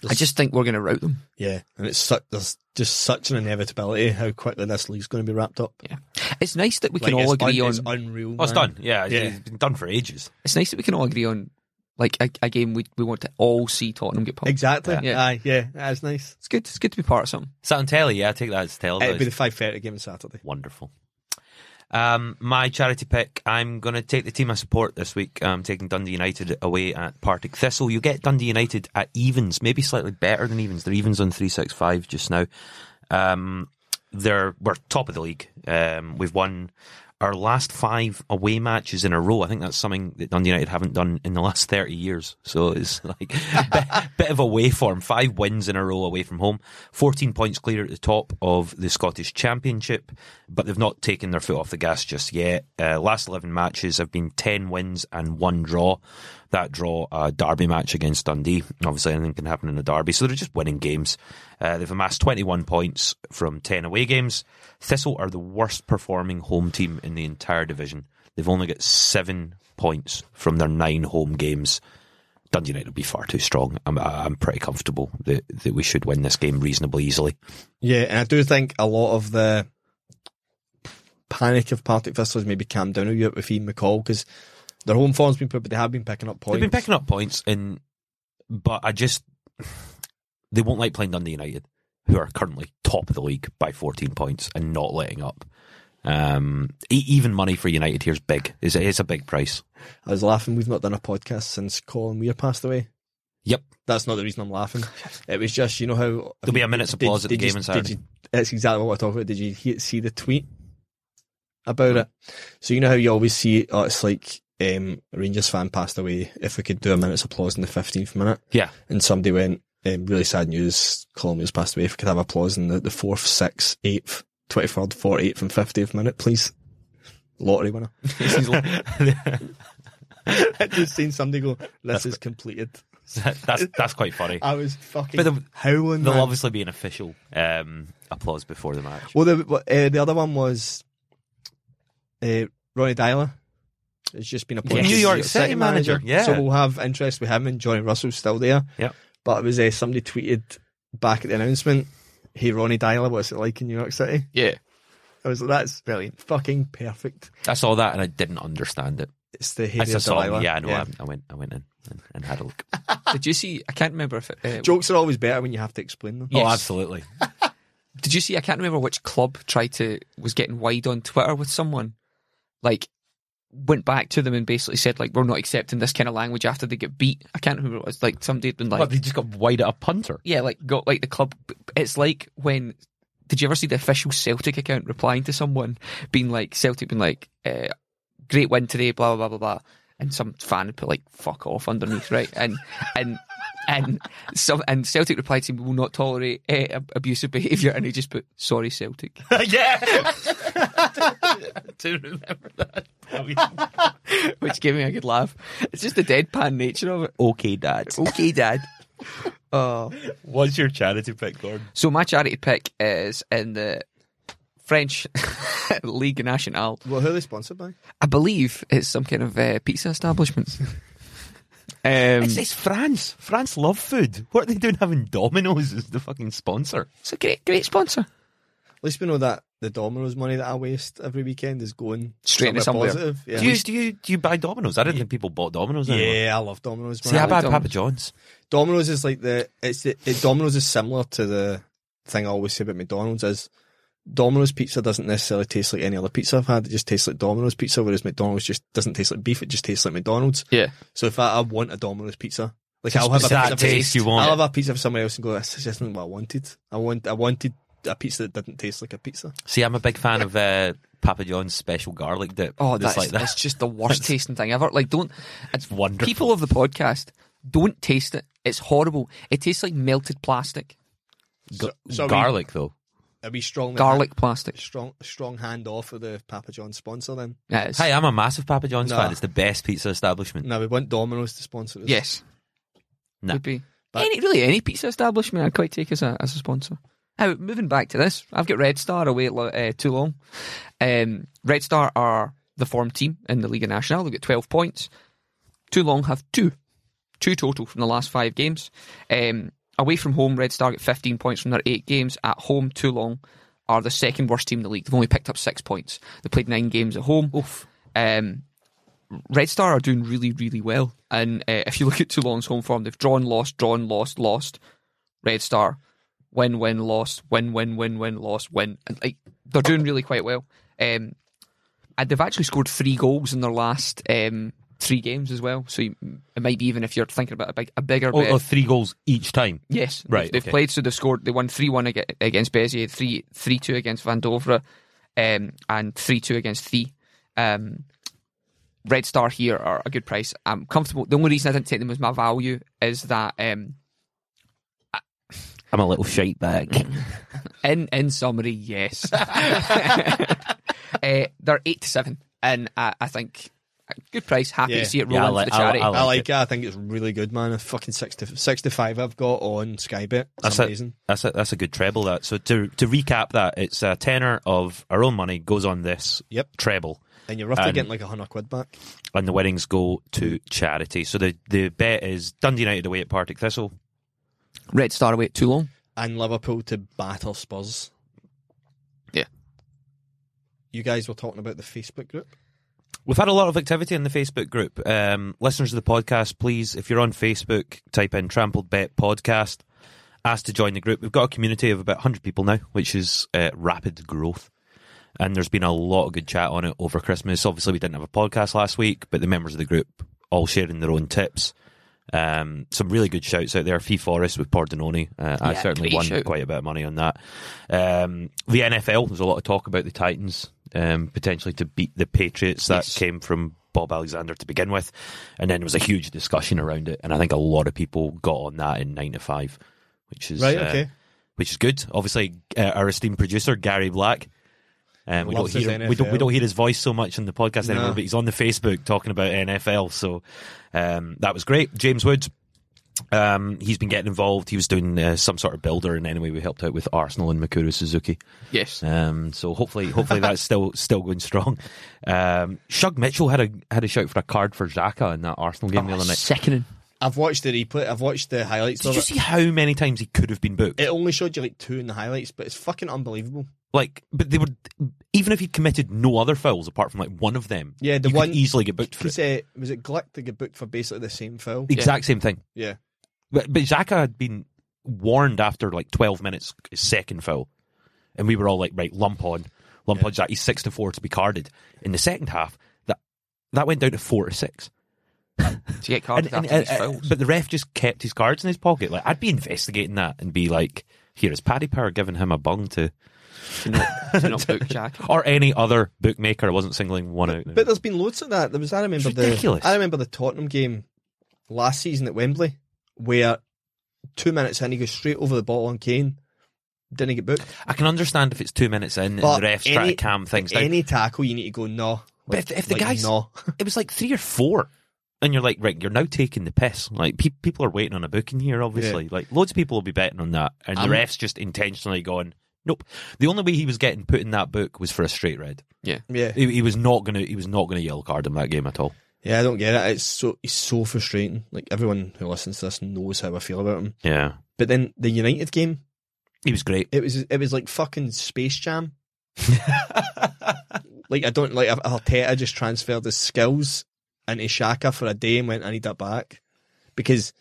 Speaker 2: I just think we're going to rout them.
Speaker 1: Yeah. And it's such. There's just such an inevitability how quickly this league's going to be wrapped up.
Speaker 2: Yeah, it's nice that we can
Speaker 1: Like,
Speaker 2: all
Speaker 1: it's
Speaker 2: agree
Speaker 1: un-
Speaker 2: on
Speaker 1: It's unreal.
Speaker 3: oh, it's
Speaker 1: man.
Speaker 3: done. Yeah,
Speaker 1: Yeah.
Speaker 3: it's been done for ages.
Speaker 2: it's nice that we can all agree on like a, a game we, we want to all see Tottenham get pumped.
Speaker 1: Exactly.
Speaker 2: Yeah.
Speaker 1: Yeah. Aye, yeah. That's nice.
Speaker 2: It's good. It's good to be part of something.
Speaker 3: Is that on telly? Yeah, I take that as telly.
Speaker 1: It'll be the five thirty game on Saturday.
Speaker 3: Wonderful. Um, my charity pick. I'm going to take the team I support this week. I'm taking Dundee United away at Partick Thistle. You get Dundee United at evens, maybe slightly better than evens. They're evens on three six five just now. Um, they're we're top of the league. Um, we've won our last five away matches in a row. I think that's something that Dundee United haven't done in the last thirty years. So it's like a bit, bit of away form. Five wins in a row away from home. Fourteen points clear at the top of the Scottish Championship, but they've not taken their foot off the gas just yet. Uh, last eleven matches have been ten wins and one draw. That draw a derby match against Dundee. Obviously, anything can happen in a derby, so they're just winning games. Uh, they've amassed 21 points from 10 away games. Thistle are the worst performing home team in the entire division. They've only got seven points from their nine home games. Dundee United will be far too strong. I'm, I'm pretty comfortable that, that we should win this game reasonably easily.
Speaker 1: Yeah, and I do think a lot of the panic of Partick Thistle has maybe calmed down a bit with Ian McCall because their home form's been put, but they have been picking up points.
Speaker 3: They've been picking up points, and but I just they won't like playing Dundee United, who are currently top of the league by 14 points and not letting up. Um, e- even money for United here's big. It's, a- it's a big price.
Speaker 1: I was laughing. We've not done a podcast since Colin Weir passed away.
Speaker 3: Yep.
Speaker 1: That's not the reason I'm laughing. It was just, you know how
Speaker 3: There'll be a minute's applause at the game
Speaker 1: you,
Speaker 3: on Saturday.
Speaker 1: you- that's exactly what I talk about. Did you he- see the tweet about it? So you know how you always see, oh, it's like um, a Rangers fan passed away. If we could do a minute's applause in the fifteenth minute,
Speaker 3: Yeah.
Speaker 1: and somebody went, um, really sad news. Colin Weir's passed away. If we could have applause in the the fourth, sixth, eighth, twenty third, forty eighth, and fiftieth minute, please. Lottery winner. I just seen somebody go. This is completed.
Speaker 3: that's that's quite funny.
Speaker 1: I was fucking
Speaker 3: But the-
Speaker 1: howling.
Speaker 3: There'll
Speaker 1: man.
Speaker 3: obviously be an official um, applause before the match.
Speaker 1: Well, the what, uh, the other one was uh, Ronnie Dyler. It's just been appointed
Speaker 3: Yes.
Speaker 1: as
Speaker 3: New York City manager, yeah.
Speaker 1: So we'll have interest with him and Johnny Russell's still there.
Speaker 3: Yep.
Speaker 1: But it was uh, somebody tweeted back at the announcement, "Hey Ronnie Dyler, what's it like in New York City?"
Speaker 2: Yeah.
Speaker 1: I was like, "That's brilliant, fucking perfect."
Speaker 3: I saw that and I didn't understand it.
Speaker 1: It's the hey
Speaker 3: It's
Speaker 1: there,
Speaker 3: a song,
Speaker 1: Delilah.
Speaker 3: yeah. Oh, I know. I, I went, I went in and, and had a look.
Speaker 2: Did you see? I can't remember if it, uh,
Speaker 1: Jokes are always better when you have to explain them.
Speaker 3: Oh,
Speaker 2: Yes.
Speaker 3: absolutely.
Speaker 2: Did you see? I can't remember which club tried to was getting wide on Twitter with someone, like went back to them and basically said like we're not accepting this kind of language after they get beat. I can't remember. It was like somebody had been like,
Speaker 3: But they just got wide at a punter.
Speaker 2: yeah, like got like the club. It's like when. Did you ever see the official Celtic account replying to someone being like Celtic being like, uh, "Great win today," blah blah blah blah blah, and some fan had put like "fuck off" underneath, right? And and and some and Celtic replied to him, "We will not tolerate uh, ab- abusive behaviour," and he just put, "Sorry, Celtic."
Speaker 3: yeah. do remember that.
Speaker 2: which gave me a good laugh. It's just the deadpan nature of it.
Speaker 3: Okay, Dad.
Speaker 2: Okay, Dad. Oh.
Speaker 3: What's your charity pick, Gordon?
Speaker 2: So my charity pick is in the French League Nationale.
Speaker 1: Well, who are they sponsored by?
Speaker 2: I believe it's some kind of uh, pizza establishment. Um,
Speaker 3: It's, it's France. France love food. What are they doing having Domino's as the fucking sponsor?
Speaker 2: it's a great, great sponsor.
Speaker 1: At least we know that the Domino's money that I waste every weekend is going
Speaker 2: Straight into somewhere.
Speaker 1: positive. Yeah.
Speaker 3: Do you do you do you buy Domino's? I didn't think people bought Domino's anymore.
Speaker 1: yeah, I love Domino's. Man.
Speaker 3: See, I
Speaker 2: like
Speaker 3: buy
Speaker 2: Domino's.
Speaker 3: Papa John's.
Speaker 1: Domino's is like the it's the it, Domino's is similar to the thing I always say about McDonald's is Domino's pizza doesn't necessarily taste like any other pizza I've had. It just tastes like Domino's pizza, whereas McDonald's just doesn't taste like beef. It just tastes like McDonald's.
Speaker 2: Yeah.
Speaker 1: So if I, I want a Domino's pizza, like I'll have a
Speaker 3: It's that
Speaker 1: pizza for-
Speaker 3: taste you want.
Speaker 1: I'll have a pizza for somebody else and go. This just isn't what I wanted. I want I wanted a pizza that didn't taste like a pizza.
Speaker 3: See, I'm a big fan of uh, Papa John's special garlic dip.
Speaker 2: Oh,
Speaker 3: It's
Speaker 2: that's
Speaker 3: like that.
Speaker 2: that's just the worst tasting thing ever. Like, don't. It's
Speaker 3: wonderful.
Speaker 2: People of the podcast, don't taste it. It's horrible. It tastes like melted plastic,
Speaker 3: G-
Speaker 1: so we-
Speaker 3: garlic though.
Speaker 1: Are we strongly
Speaker 2: garlic plastic.
Speaker 1: strong strong hand off of the Papa John's sponsor then?
Speaker 2: Yeah, it's-
Speaker 3: Hey, I'm a massive Papa John's
Speaker 1: Nah.
Speaker 3: fan. It's the best pizza establishment.
Speaker 1: No, we want Domino's to sponsor us.
Speaker 2: Yes.
Speaker 3: Nah.
Speaker 2: Would be.
Speaker 1: But-
Speaker 2: any, really, any pizza establishment I'd quite take as a, as a sponsor. Now, moving back to this, I've got Red Star away lo- uh, too long. Um, Red Star are the form team in the Liga Nacional. They've got 12 points. Too long have two. Two total from the last five games. Um, away from home, Red Star get 15 points from their eight games. At home, too long are the second worst team in the league. They've only picked up six points. They played nine games at home. Oof. Um, Red Star are doing really, really well. And uh, if you look at Toulon's home form, they've drawn, lost, drawn, lost, lost. Red Star, win, win, lost, win, win, win, win, lost, win. And, like they're doing really quite well. Um, and they've actually scored three goals in their last um, three games as well. So you, it might be even if you're thinking about a, big, a bigger
Speaker 3: Oh,
Speaker 2: bet.
Speaker 3: oh, three goals each time.
Speaker 2: Yes, they've-
Speaker 3: Right,
Speaker 2: They've
Speaker 3: okay.
Speaker 2: played, so they've scored. They won three one against Bezier, three three two against Van Dovre, um, and three two against Thee. Um, Red Star here are a good price. I'm comfortable. The only reason I didn't take them was my value is that um,
Speaker 3: I'm a little shite back.
Speaker 2: in in summary, yes, uh, they're eight to seven, and I, I think a good price. Happy
Speaker 1: Yeah.
Speaker 2: to see it
Speaker 3: Yeah, I like-
Speaker 2: rolling for the
Speaker 3: I like-
Speaker 2: charity.
Speaker 3: I
Speaker 1: I like it. I think it's really good, man. A fucking six to six to five I've got on Sky Bet. That's
Speaker 3: That's a,
Speaker 1: amazing.
Speaker 3: that's a that's a good treble. That so to to recap that it's a tenner of our own money goes on this
Speaker 1: Yep.
Speaker 3: treble,
Speaker 1: And you're roughly
Speaker 3: And-
Speaker 1: getting like a hundred quid back.
Speaker 3: and the winnings go to charity. So the the bet is Dundee United away at Partick Thistle,
Speaker 2: Red Star away too long.
Speaker 1: And Liverpool to batter Spurs.
Speaker 2: Yeah.
Speaker 1: You guys were talking about the Facebook group.
Speaker 3: We've had a lot of activity in the Facebook group. Um, listeners of the podcast, please, if you're on Facebook, type in Trampled Bet Podcast. Ask to join the group. We've got a community of about 100 people now, which is uh, rapid growth. And there's been a lot of good chat on it over Christmas. Obviously, we didn't have a podcast last week, but the members of the group all sharing their own tips. Um, some really good shouts out there. Fee Forest with Pordenone. Uh, I
Speaker 2: Yeah,
Speaker 3: certainly
Speaker 2: great
Speaker 3: won
Speaker 2: shout.
Speaker 3: quite a bit of money on that. Um, the NFL, there's a lot of talk about the Titans um, potentially to beat the Patriots. That
Speaker 2: Yes.
Speaker 3: came from Bob Alexander to begin with. And then there was a huge discussion around it. And I think a lot of people got on that in 9 to 5, which is,
Speaker 1: Right,
Speaker 3: uh,
Speaker 1: okay.
Speaker 3: which is good. Obviously, uh, our esteemed producer, Gary Black. Um, we don't
Speaker 1: Loves his
Speaker 3: hear him- we don't we
Speaker 1: NFL.
Speaker 3: don't hear his voice so much in the podcast anymore,
Speaker 1: No.
Speaker 3: but he's on the Facebook talking about NFL. So um, that was great. James Woods Um, he's been getting involved. He was doing uh, some sort of builder, and anyway, we helped out with Arsenal and Makuru Suzuki.
Speaker 2: Yes.
Speaker 3: Um, so hopefully, hopefully that's still still going strong. Um, Shug Mitchell had a had a shout for a card for Zaka in that Arsenal game
Speaker 1: Oh,
Speaker 3: the other night.
Speaker 2: Sickening.
Speaker 1: I've watched the replay. I've watched the highlights
Speaker 3: Did
Speaker 1: of
Speaker 3: you
Speaker 1: it.
Speaker 3: see how many times he could have been booked?
Speaker 1: it only showed you like two in the highlights, but it's fucking unbelievable.
Speaker 3: like, but they were even if he'd committed no other fouls apart from like one of them.
Speaker 1: Yeah, the
Speaker 3: you
Speaker 1: one
Speaker 3: could easily get booked for it.
Speaker 1: Because uh, was it Glick that got booked for basically the same foul?
Speaker 3: The exact same thing.
Speaker 1: Yeah.
Speaker 3: But, but Zaka had been warned after like twelve minutes his second foul, and we were all like, right, lump on, lump on Zaka. He's six to four to be carded in the second half. That that went down to four to six.
Speaker 2: To get
Speaker 1: Oh,
Speaker 2: carded
Speaker 3: And-
Speaker 2: after
Speaker 3: and-
Speaker 2: these
Speaker 3: uh,
Speaker 2: fouls.
Speaker 3: But the ref just kept his cards in his pocket. Like I'd be investigating that and be like, here is Paddy Power giving him a bung to,
Speaker 2: to not, to not book Jack.
Speaker 3: or any other bookmaker. I wasn't singling one out.
Speaker 1: But there's been loads of that. There was I remember
Speaker 3: It's
Speaker 1: the
Speaker 3: ridiculous.
Speaker 1: I remember the Tottenham game last season at Wembley where two minutes in he goes straight over the ball on Kane. Didn't get booked.
Speaker 3: I can understand if it's two minutes in and the refs trying to calm things down.
Speaker 1: Any tackle you need to go no.
Speaker 3: But
Speaker 1: Like-
Speaker 3: if- if the
Speaker 1: like,
Speaker 3: guys-
Speaker 1: no.
Speaker 3: it was like three or four. And you're like, right, you're now taking the piss. Like, pe- people are waiting on a booking here, obviously. Like, loads of people will be betting on that. And
Speaker 1: I'm-
Speaker 3: the ref's just intentionally going, nope. The only way he was getting put in that book was for a straight red.
Speaker 2: Yeah.
Speaker 1: Yeah.
Speaker 3: He, he was not gonna. He was not gonna yellow card him that game at all.
Speaker 1: Yeah, I don't get it. It's so it's so frustrating. Like everyone who listens to this knows how I feel about him.
Speaker 3: Yeah,
Speaker 1: But then the United game,
Speaker 3: he was great.
Speaker 1: it was it was like fucking Space Jam. like I don't like Arteta just transferred his skills into Shaka for a day and went I need that back because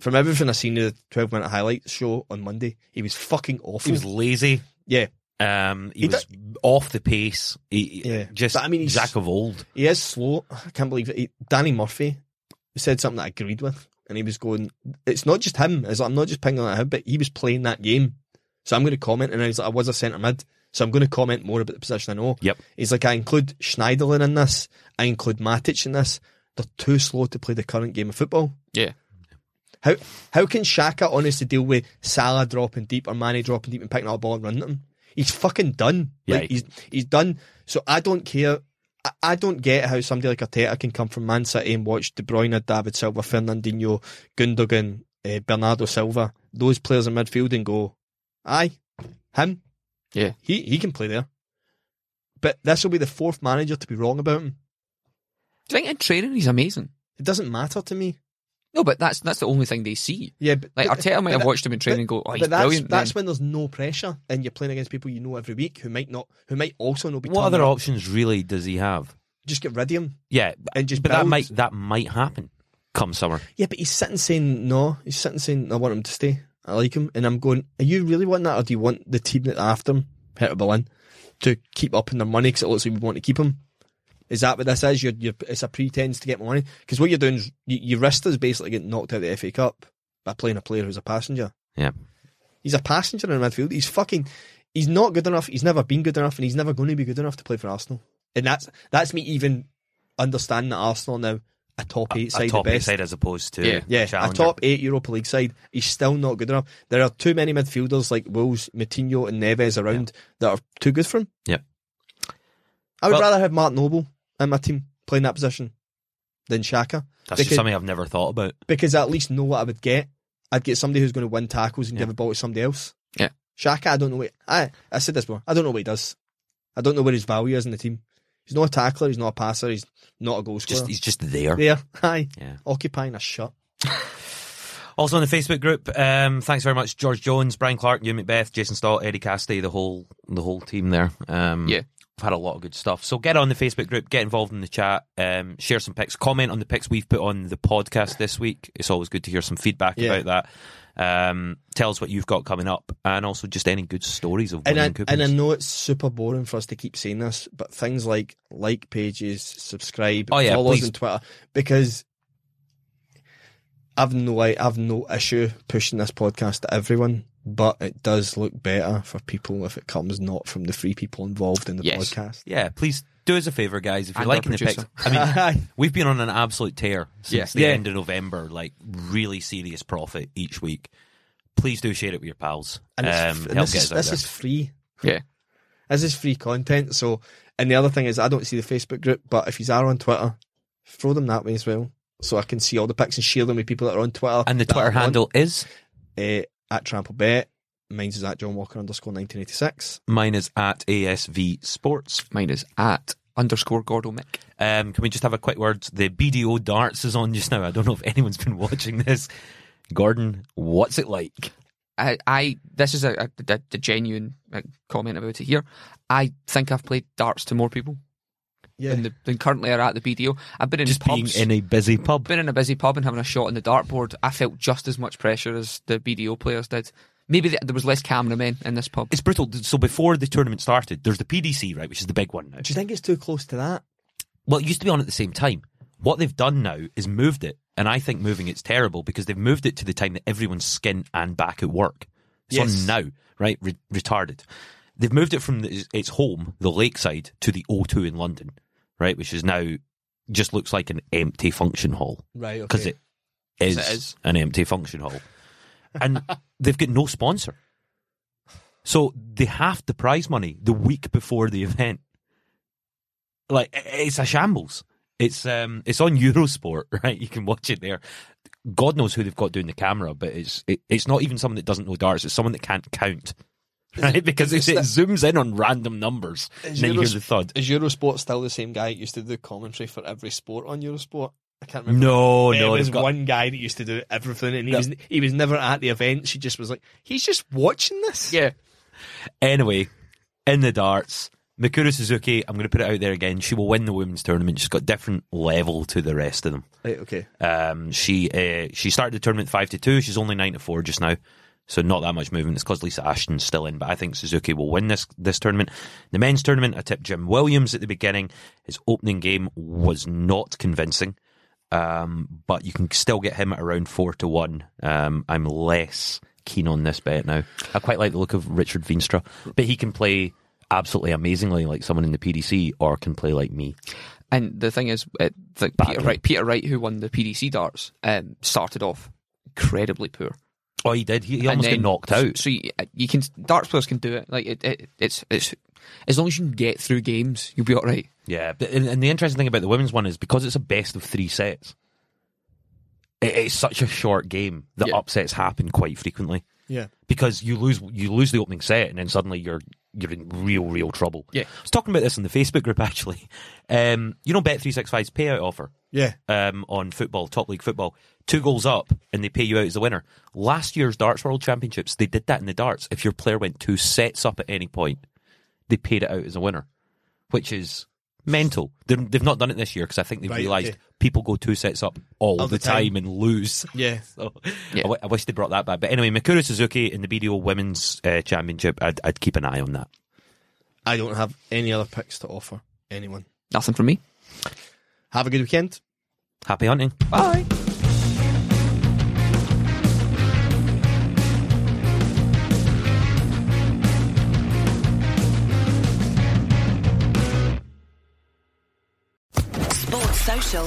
Speaker 1: from everything I seen in the twelve minute highlight show on Monday he was fucking awful.
Speaker 3: He was lazy.
Speaker 1: yeah,
Speaker 3: Um, he,
Speaker 1: He
Speaker 3: was off the pace. He, he-
Speaker 1: Yeah.
Speaker 3: just
Speaker 1: But I mean, he's-
Speaker 3: Zach of old.
Speaker 1: he is slow. I can't believe it. He, Danny Murphy said something that I agreed with, and he was going, "It's not just him. It's like, I'm not just pinging at him, but he was playing that game." So I'm going to comment, and I was like, "I was a centre mid." So I'm going to comment more about the position I know.
Speaker 3: Yep.
Speaker 1: He's like, I include Schneiderlin in this. I include Matic in this. They're too slow to play the current game of football.
Speaker 2: Yeah.
Speaker 1: How how can Shaka honestly deal with Salah dropping deep or Mane dropping deep and picking up a ball and running at him? He's fucking done.
Speaker 3: Yeah,
Speaker 1: Like,
Speaker 3: he-
Speaker 1: he's he's done. So I don't care. I, I don't get how somebody like Arteta can come from Man City and watch De Bruyne, David Silva, Fernandinho, Gundogan, eh, Bernardo Silva, those players in midfield and go, aye, him.
Speaker 2: Yeah.
Speaker 1: He he can play there. But this will be the fourth manager to be wrong about him.
Speaker 2: Do you think in training he's amazing?
Speaker 1: It doesn't matter to me.
Speaker 2: No, but that's that's the only thing they see.
Speaker 1: Yeah, but
Speaker 2: Like
Speaker 1: but-
Speaker 2: Arteta might
Speaker 1: but
Speaker 2: have
Speaker 1: that-
Speaker 2: watched him in training
Speaker 1: but-
Speaker 2: and go, "Oh,
Speaker 1: but
Speaker 2: he's
Speaker 1: that's,
Speaker 2: brilliant."
Speaker 1: That's
Speaker 2: then.
Speaker 1: when there's no pressure, and you're playing against people you know every week who might not, who might also not be.
Speaker 3: What other
Speaker 1: turning up.
Speaker 3: options really does he have?
Speaker 1: Just get rid of him
Speaker 3: Yeah,
Speaker 1: and just.
Speaker 3: but
Speaker 1: build.
Speaker 3: that might that might happen come summer.
Speaker 1: Yeah, but he's sitting saying no. He's sitting saying I want him to stay. I like him, and I'm going. Are you really wanting that, or do you want the team that after him, Hertha Berlin, to keep upping their money because it looks like we want to keep him? Is that what this is? You're, you're, it's a pretense to get more money because what you're doing is you, you risk us basically getting knocked out of the FA Cup by playing a player who's a passenger.
Speaker 3: Yeah,
Speaker 1: He's a passenger in midfield. He's fucking. He's not good enough. He's never been good enough, and he's never going to be good enough to play for Arsenal. And that's that's me even understanding that Arsenal now a top eight side,
Speaker 3: a top
Speaker 1: the
Speaker 3: eight
Speaker 1: best.
Speaker 3: side as opposed to
Speaker 2: Yeah.
Speaker 1: Yeah,
Speaker 3: challenger.
Speaker 1: a top eight Europa League side. He's still not good enough. There are too many midfielders like Wolves, Matinho, and Neves around that are too good for him.
Speaker 3: Yeah.
Speaker 1: I would
Speaker 3: Well-
Speaker 1: rather have Mark Noble in my team playing that position than Shaka
Speaker 3: That's just
Speaker 1: Because-
Speaker 3: something I've never thought about.
Speaker 1: because I at least know what I would get. I'd get somebody who's going to win tackles and give a ball to somebody else.
Speaker 2: Yeah.
Speaker 1: Shaka, I don't know what I I said this before. I don't know what he does. I don't know where his value is in the team. He's not a tackler. He's not a passer. He's not a goal
Speaker 3: Just
Speaker 1: scorer.
Speaker 3: he's just there.
Speaker 1: there, aye,
Speaker 3: Yeah.
Speaker 1: occupying a shot.
Speaker 3: Also on the Facebook group, um, thanks very much, George Jones, Brian Clark, Hugh Macbeth, Jason Stott, Eddie Casti, the whole the whole team there. Um,
Speaker 2: Yeah.
Speaker 3: I've had a lot of good stuff. So get on the Facebook group, get involved in the chat, um, share some pics, comment on the pics we've put on the podcast this week. It's always good to hear some feedback
Speaker 1: Yeah.
Speaker 3: about that. Um, tell us what you've got coming up, and also just any good stories of
Speaker 1: and I,
Speaker 3: winning coupons.
Speaker 1: and I know it's super boring for us to keep saying this, but things like like pages, subscribe,
Speaker 3: Oh, yeah,
Speaker 1: follow
Speaker 3: please.
Speaker 1: us on Twitter because I've no I, I've no issue pushing this podcast to everyone, but it does look better for people if it comes not from the three people involved in the
Speaker 2: Yes.
Speaker 1: podcast.
Speaker 3: yeah, please do us a favor, guys. If you're
Speaker 2: And our
Speaker 3: liking the pics,
Speaker 2: producer.
Speaker 3: I mean, We've been on an absolute tear since
Speaker 2: Yeah.
Speaker 3: the
Speaker 1: Yeah.
Speaker 3: end of November, like really serious profit each week. Please do share it with your pals.
Speaker 1: and it's,
Speaker 3: um,
Speaker 1: and
Speaker 3: help
Speaker 1: this,
Speaker 3: get
Speaker 1: is,
Speaker 3: us out
Speaker 1: this
Speaker 3: there.
Speaker 1: is free.
Speaker 2: Yeah.
Speaker 1: This is free content. So, and the other thing is, I don't see the Facebook group, but if you are on Twitter, throw them that way as well. so I can see all the picks and share them with people that are on Twitter.
Speaker 3: And the
Speaker 1: that
Speaker 3: Twitter
Speaker 1: I want.
Speaker 3: handle is
Speaker 1: Eh, at Trample Bet. Mine's is at John Walker underscore 1986.
Speaker 3: mine is at ASV Sports.
Speaker 2: Mine is at underscore Gordo Mick.
Speaker 3: Um, can we just have a quick word? The BDO darts is on just now. I don't know if anyone's been watching this. Gordon, what's it like?
Speaker 2: I, I this is a, a, a- a genuine like, comment about it here. I think I've played darts to more people
Speaker 1: Yeah.
Speaker 2: than, the, than currently are at the BDO. I've been in
Speaker 3: Just
Speaker 2: pubs,
Speaker 3: being in a busy pub.
Speaker 2: been in a busy pub and having a shot on the dartboard. I felt just as much pressure as the BDO players did. Maybe th there was less cameramen in this pub.
Speaker 3: It's brutal. So before the tournament started, there's the PDC, right, which is the big one now.
Speaker 1: Do you think it's too close to that?
Speaker 3: Well, it used to be on at the same time. What they've done now is moved it, and I think moving it's terrible because they've moved it to the time that everyone's skin and back at work. It's
Speaker 1: Yes.
Speaker 3: on now, right? Re- retarded. They've moved it from the, its home, the Lakeside, to the O2 in London, right? Which is now just looks like an empty function hall
Speaker 1: Right,
Speaker 3: because it is,
Speaker 2: Yes, it is.
Speaker 3: an empty function hall, and they've got no sponsor. So they halved the prize money the week before the event. Like i- it's a shambles. It's um it's on Eurosport, right? You can watch it there. God knows who they've got doing the camera, but it's it, it's not even someone that doesn't know darts. It's someone that can't count, right? Because it, it zooms in on random numbers, and then you hear the thud.
Speaker 1: Is Eurosport still the same guy that used to do commentary for every sport on Eurosport? I can't remember.
Speaker 3: Oh, No,
Speaker 1: there
Speaker 3: no,
Speaker 1: was
Speaker 3: they've got
Speaker 1: one guy that used to do everything, and he was he was never at the event. She just was like, he's just watching this.
Speaker 2: yeah,
Speaker 3: Anyway, in the darts, Mikuru Suzuki, I'm going to put it out there again. She will win the women's tournament. She's got different level to the rest of them.
Speaker 1: Right, okay.
Speaker 3: Um, she uh, she started the tournament five to two. She's only nine to four just now, so not that much movement. It's because Lisa Ashton's still in, but I think Suzuki will win this this tournament. The men's tournament, I tipped Jim Williams at the beginning. His opening game was not convincing, um, but you can still get him at around four to one. Um, I'm less keen on this bet now. I quite like the look of Richard Veenstra, but he can play absolutely amazingly like someone in the PDC, or can play like me.
Speaker 2: and the thing is, it, like Peter Wright, Peter Wright, who won the PDC darts, um, started off incredibly poor.
Speaker 3: Oh, he did. He, he
Speaker 2: and
Speaker 3: almost got
Speaker 2: then-
Speaker 3: knocked out.
Speaker 2: So you, uh, you can darts players can do it. Like it, it, it's it's as long as you can get through games, you'll be all right.
Speaker 3: Yeah, but, and, and the interesting thing about the women's one is because it's a best of three sets. It, it's such a short game that
Speaker 2: Yeah.
Speaker 3: upsets happen quite frequently
Speaker 1: Yeah.
Speaker 3: because you lose you lose the opening set and then suddenly you're you're in real real trouble.
Speaker 2: Yeah.
Speaker 3: I was talking about this in the Facebook group actually. Um, you know, Bet 365's payout offer
Speaker 1: Yeah.
Speaker 3: um, on football, top league football, two goals up and they pay you out as the winner. Last year's Darts World Championships, they did that in the darts. If your player went two sets up at any point, they paid it out as a winner, which is mental. They're, they've not done it this year because I think they've
Speaker 1: Right,
Speaker 3: realised
Speaker 1: okay.
Speaker 3: people go two sets up all the,
Speaker 1: All the
Speaker 3: time.
Speaker 1: time.
Speaker 3: and lose.
Speaker 1: Yeah.
Speaker 3: So I
Speaker 2: Yeah.
Speaker 3: wi- I wish they brought that back. But anyway, Makura Suzuki in the BDO Women's uh, Championship, I'd, I'd keep an eye on that.
Speaker 1: I don't have any other picks to offer anyone.
Speaker 2: Nothing from me.
Speaker 1: Have a good weekend.
Speaker 3: Happy hunting.
Speaker 2: Bye.
Speaker 5: Sports Social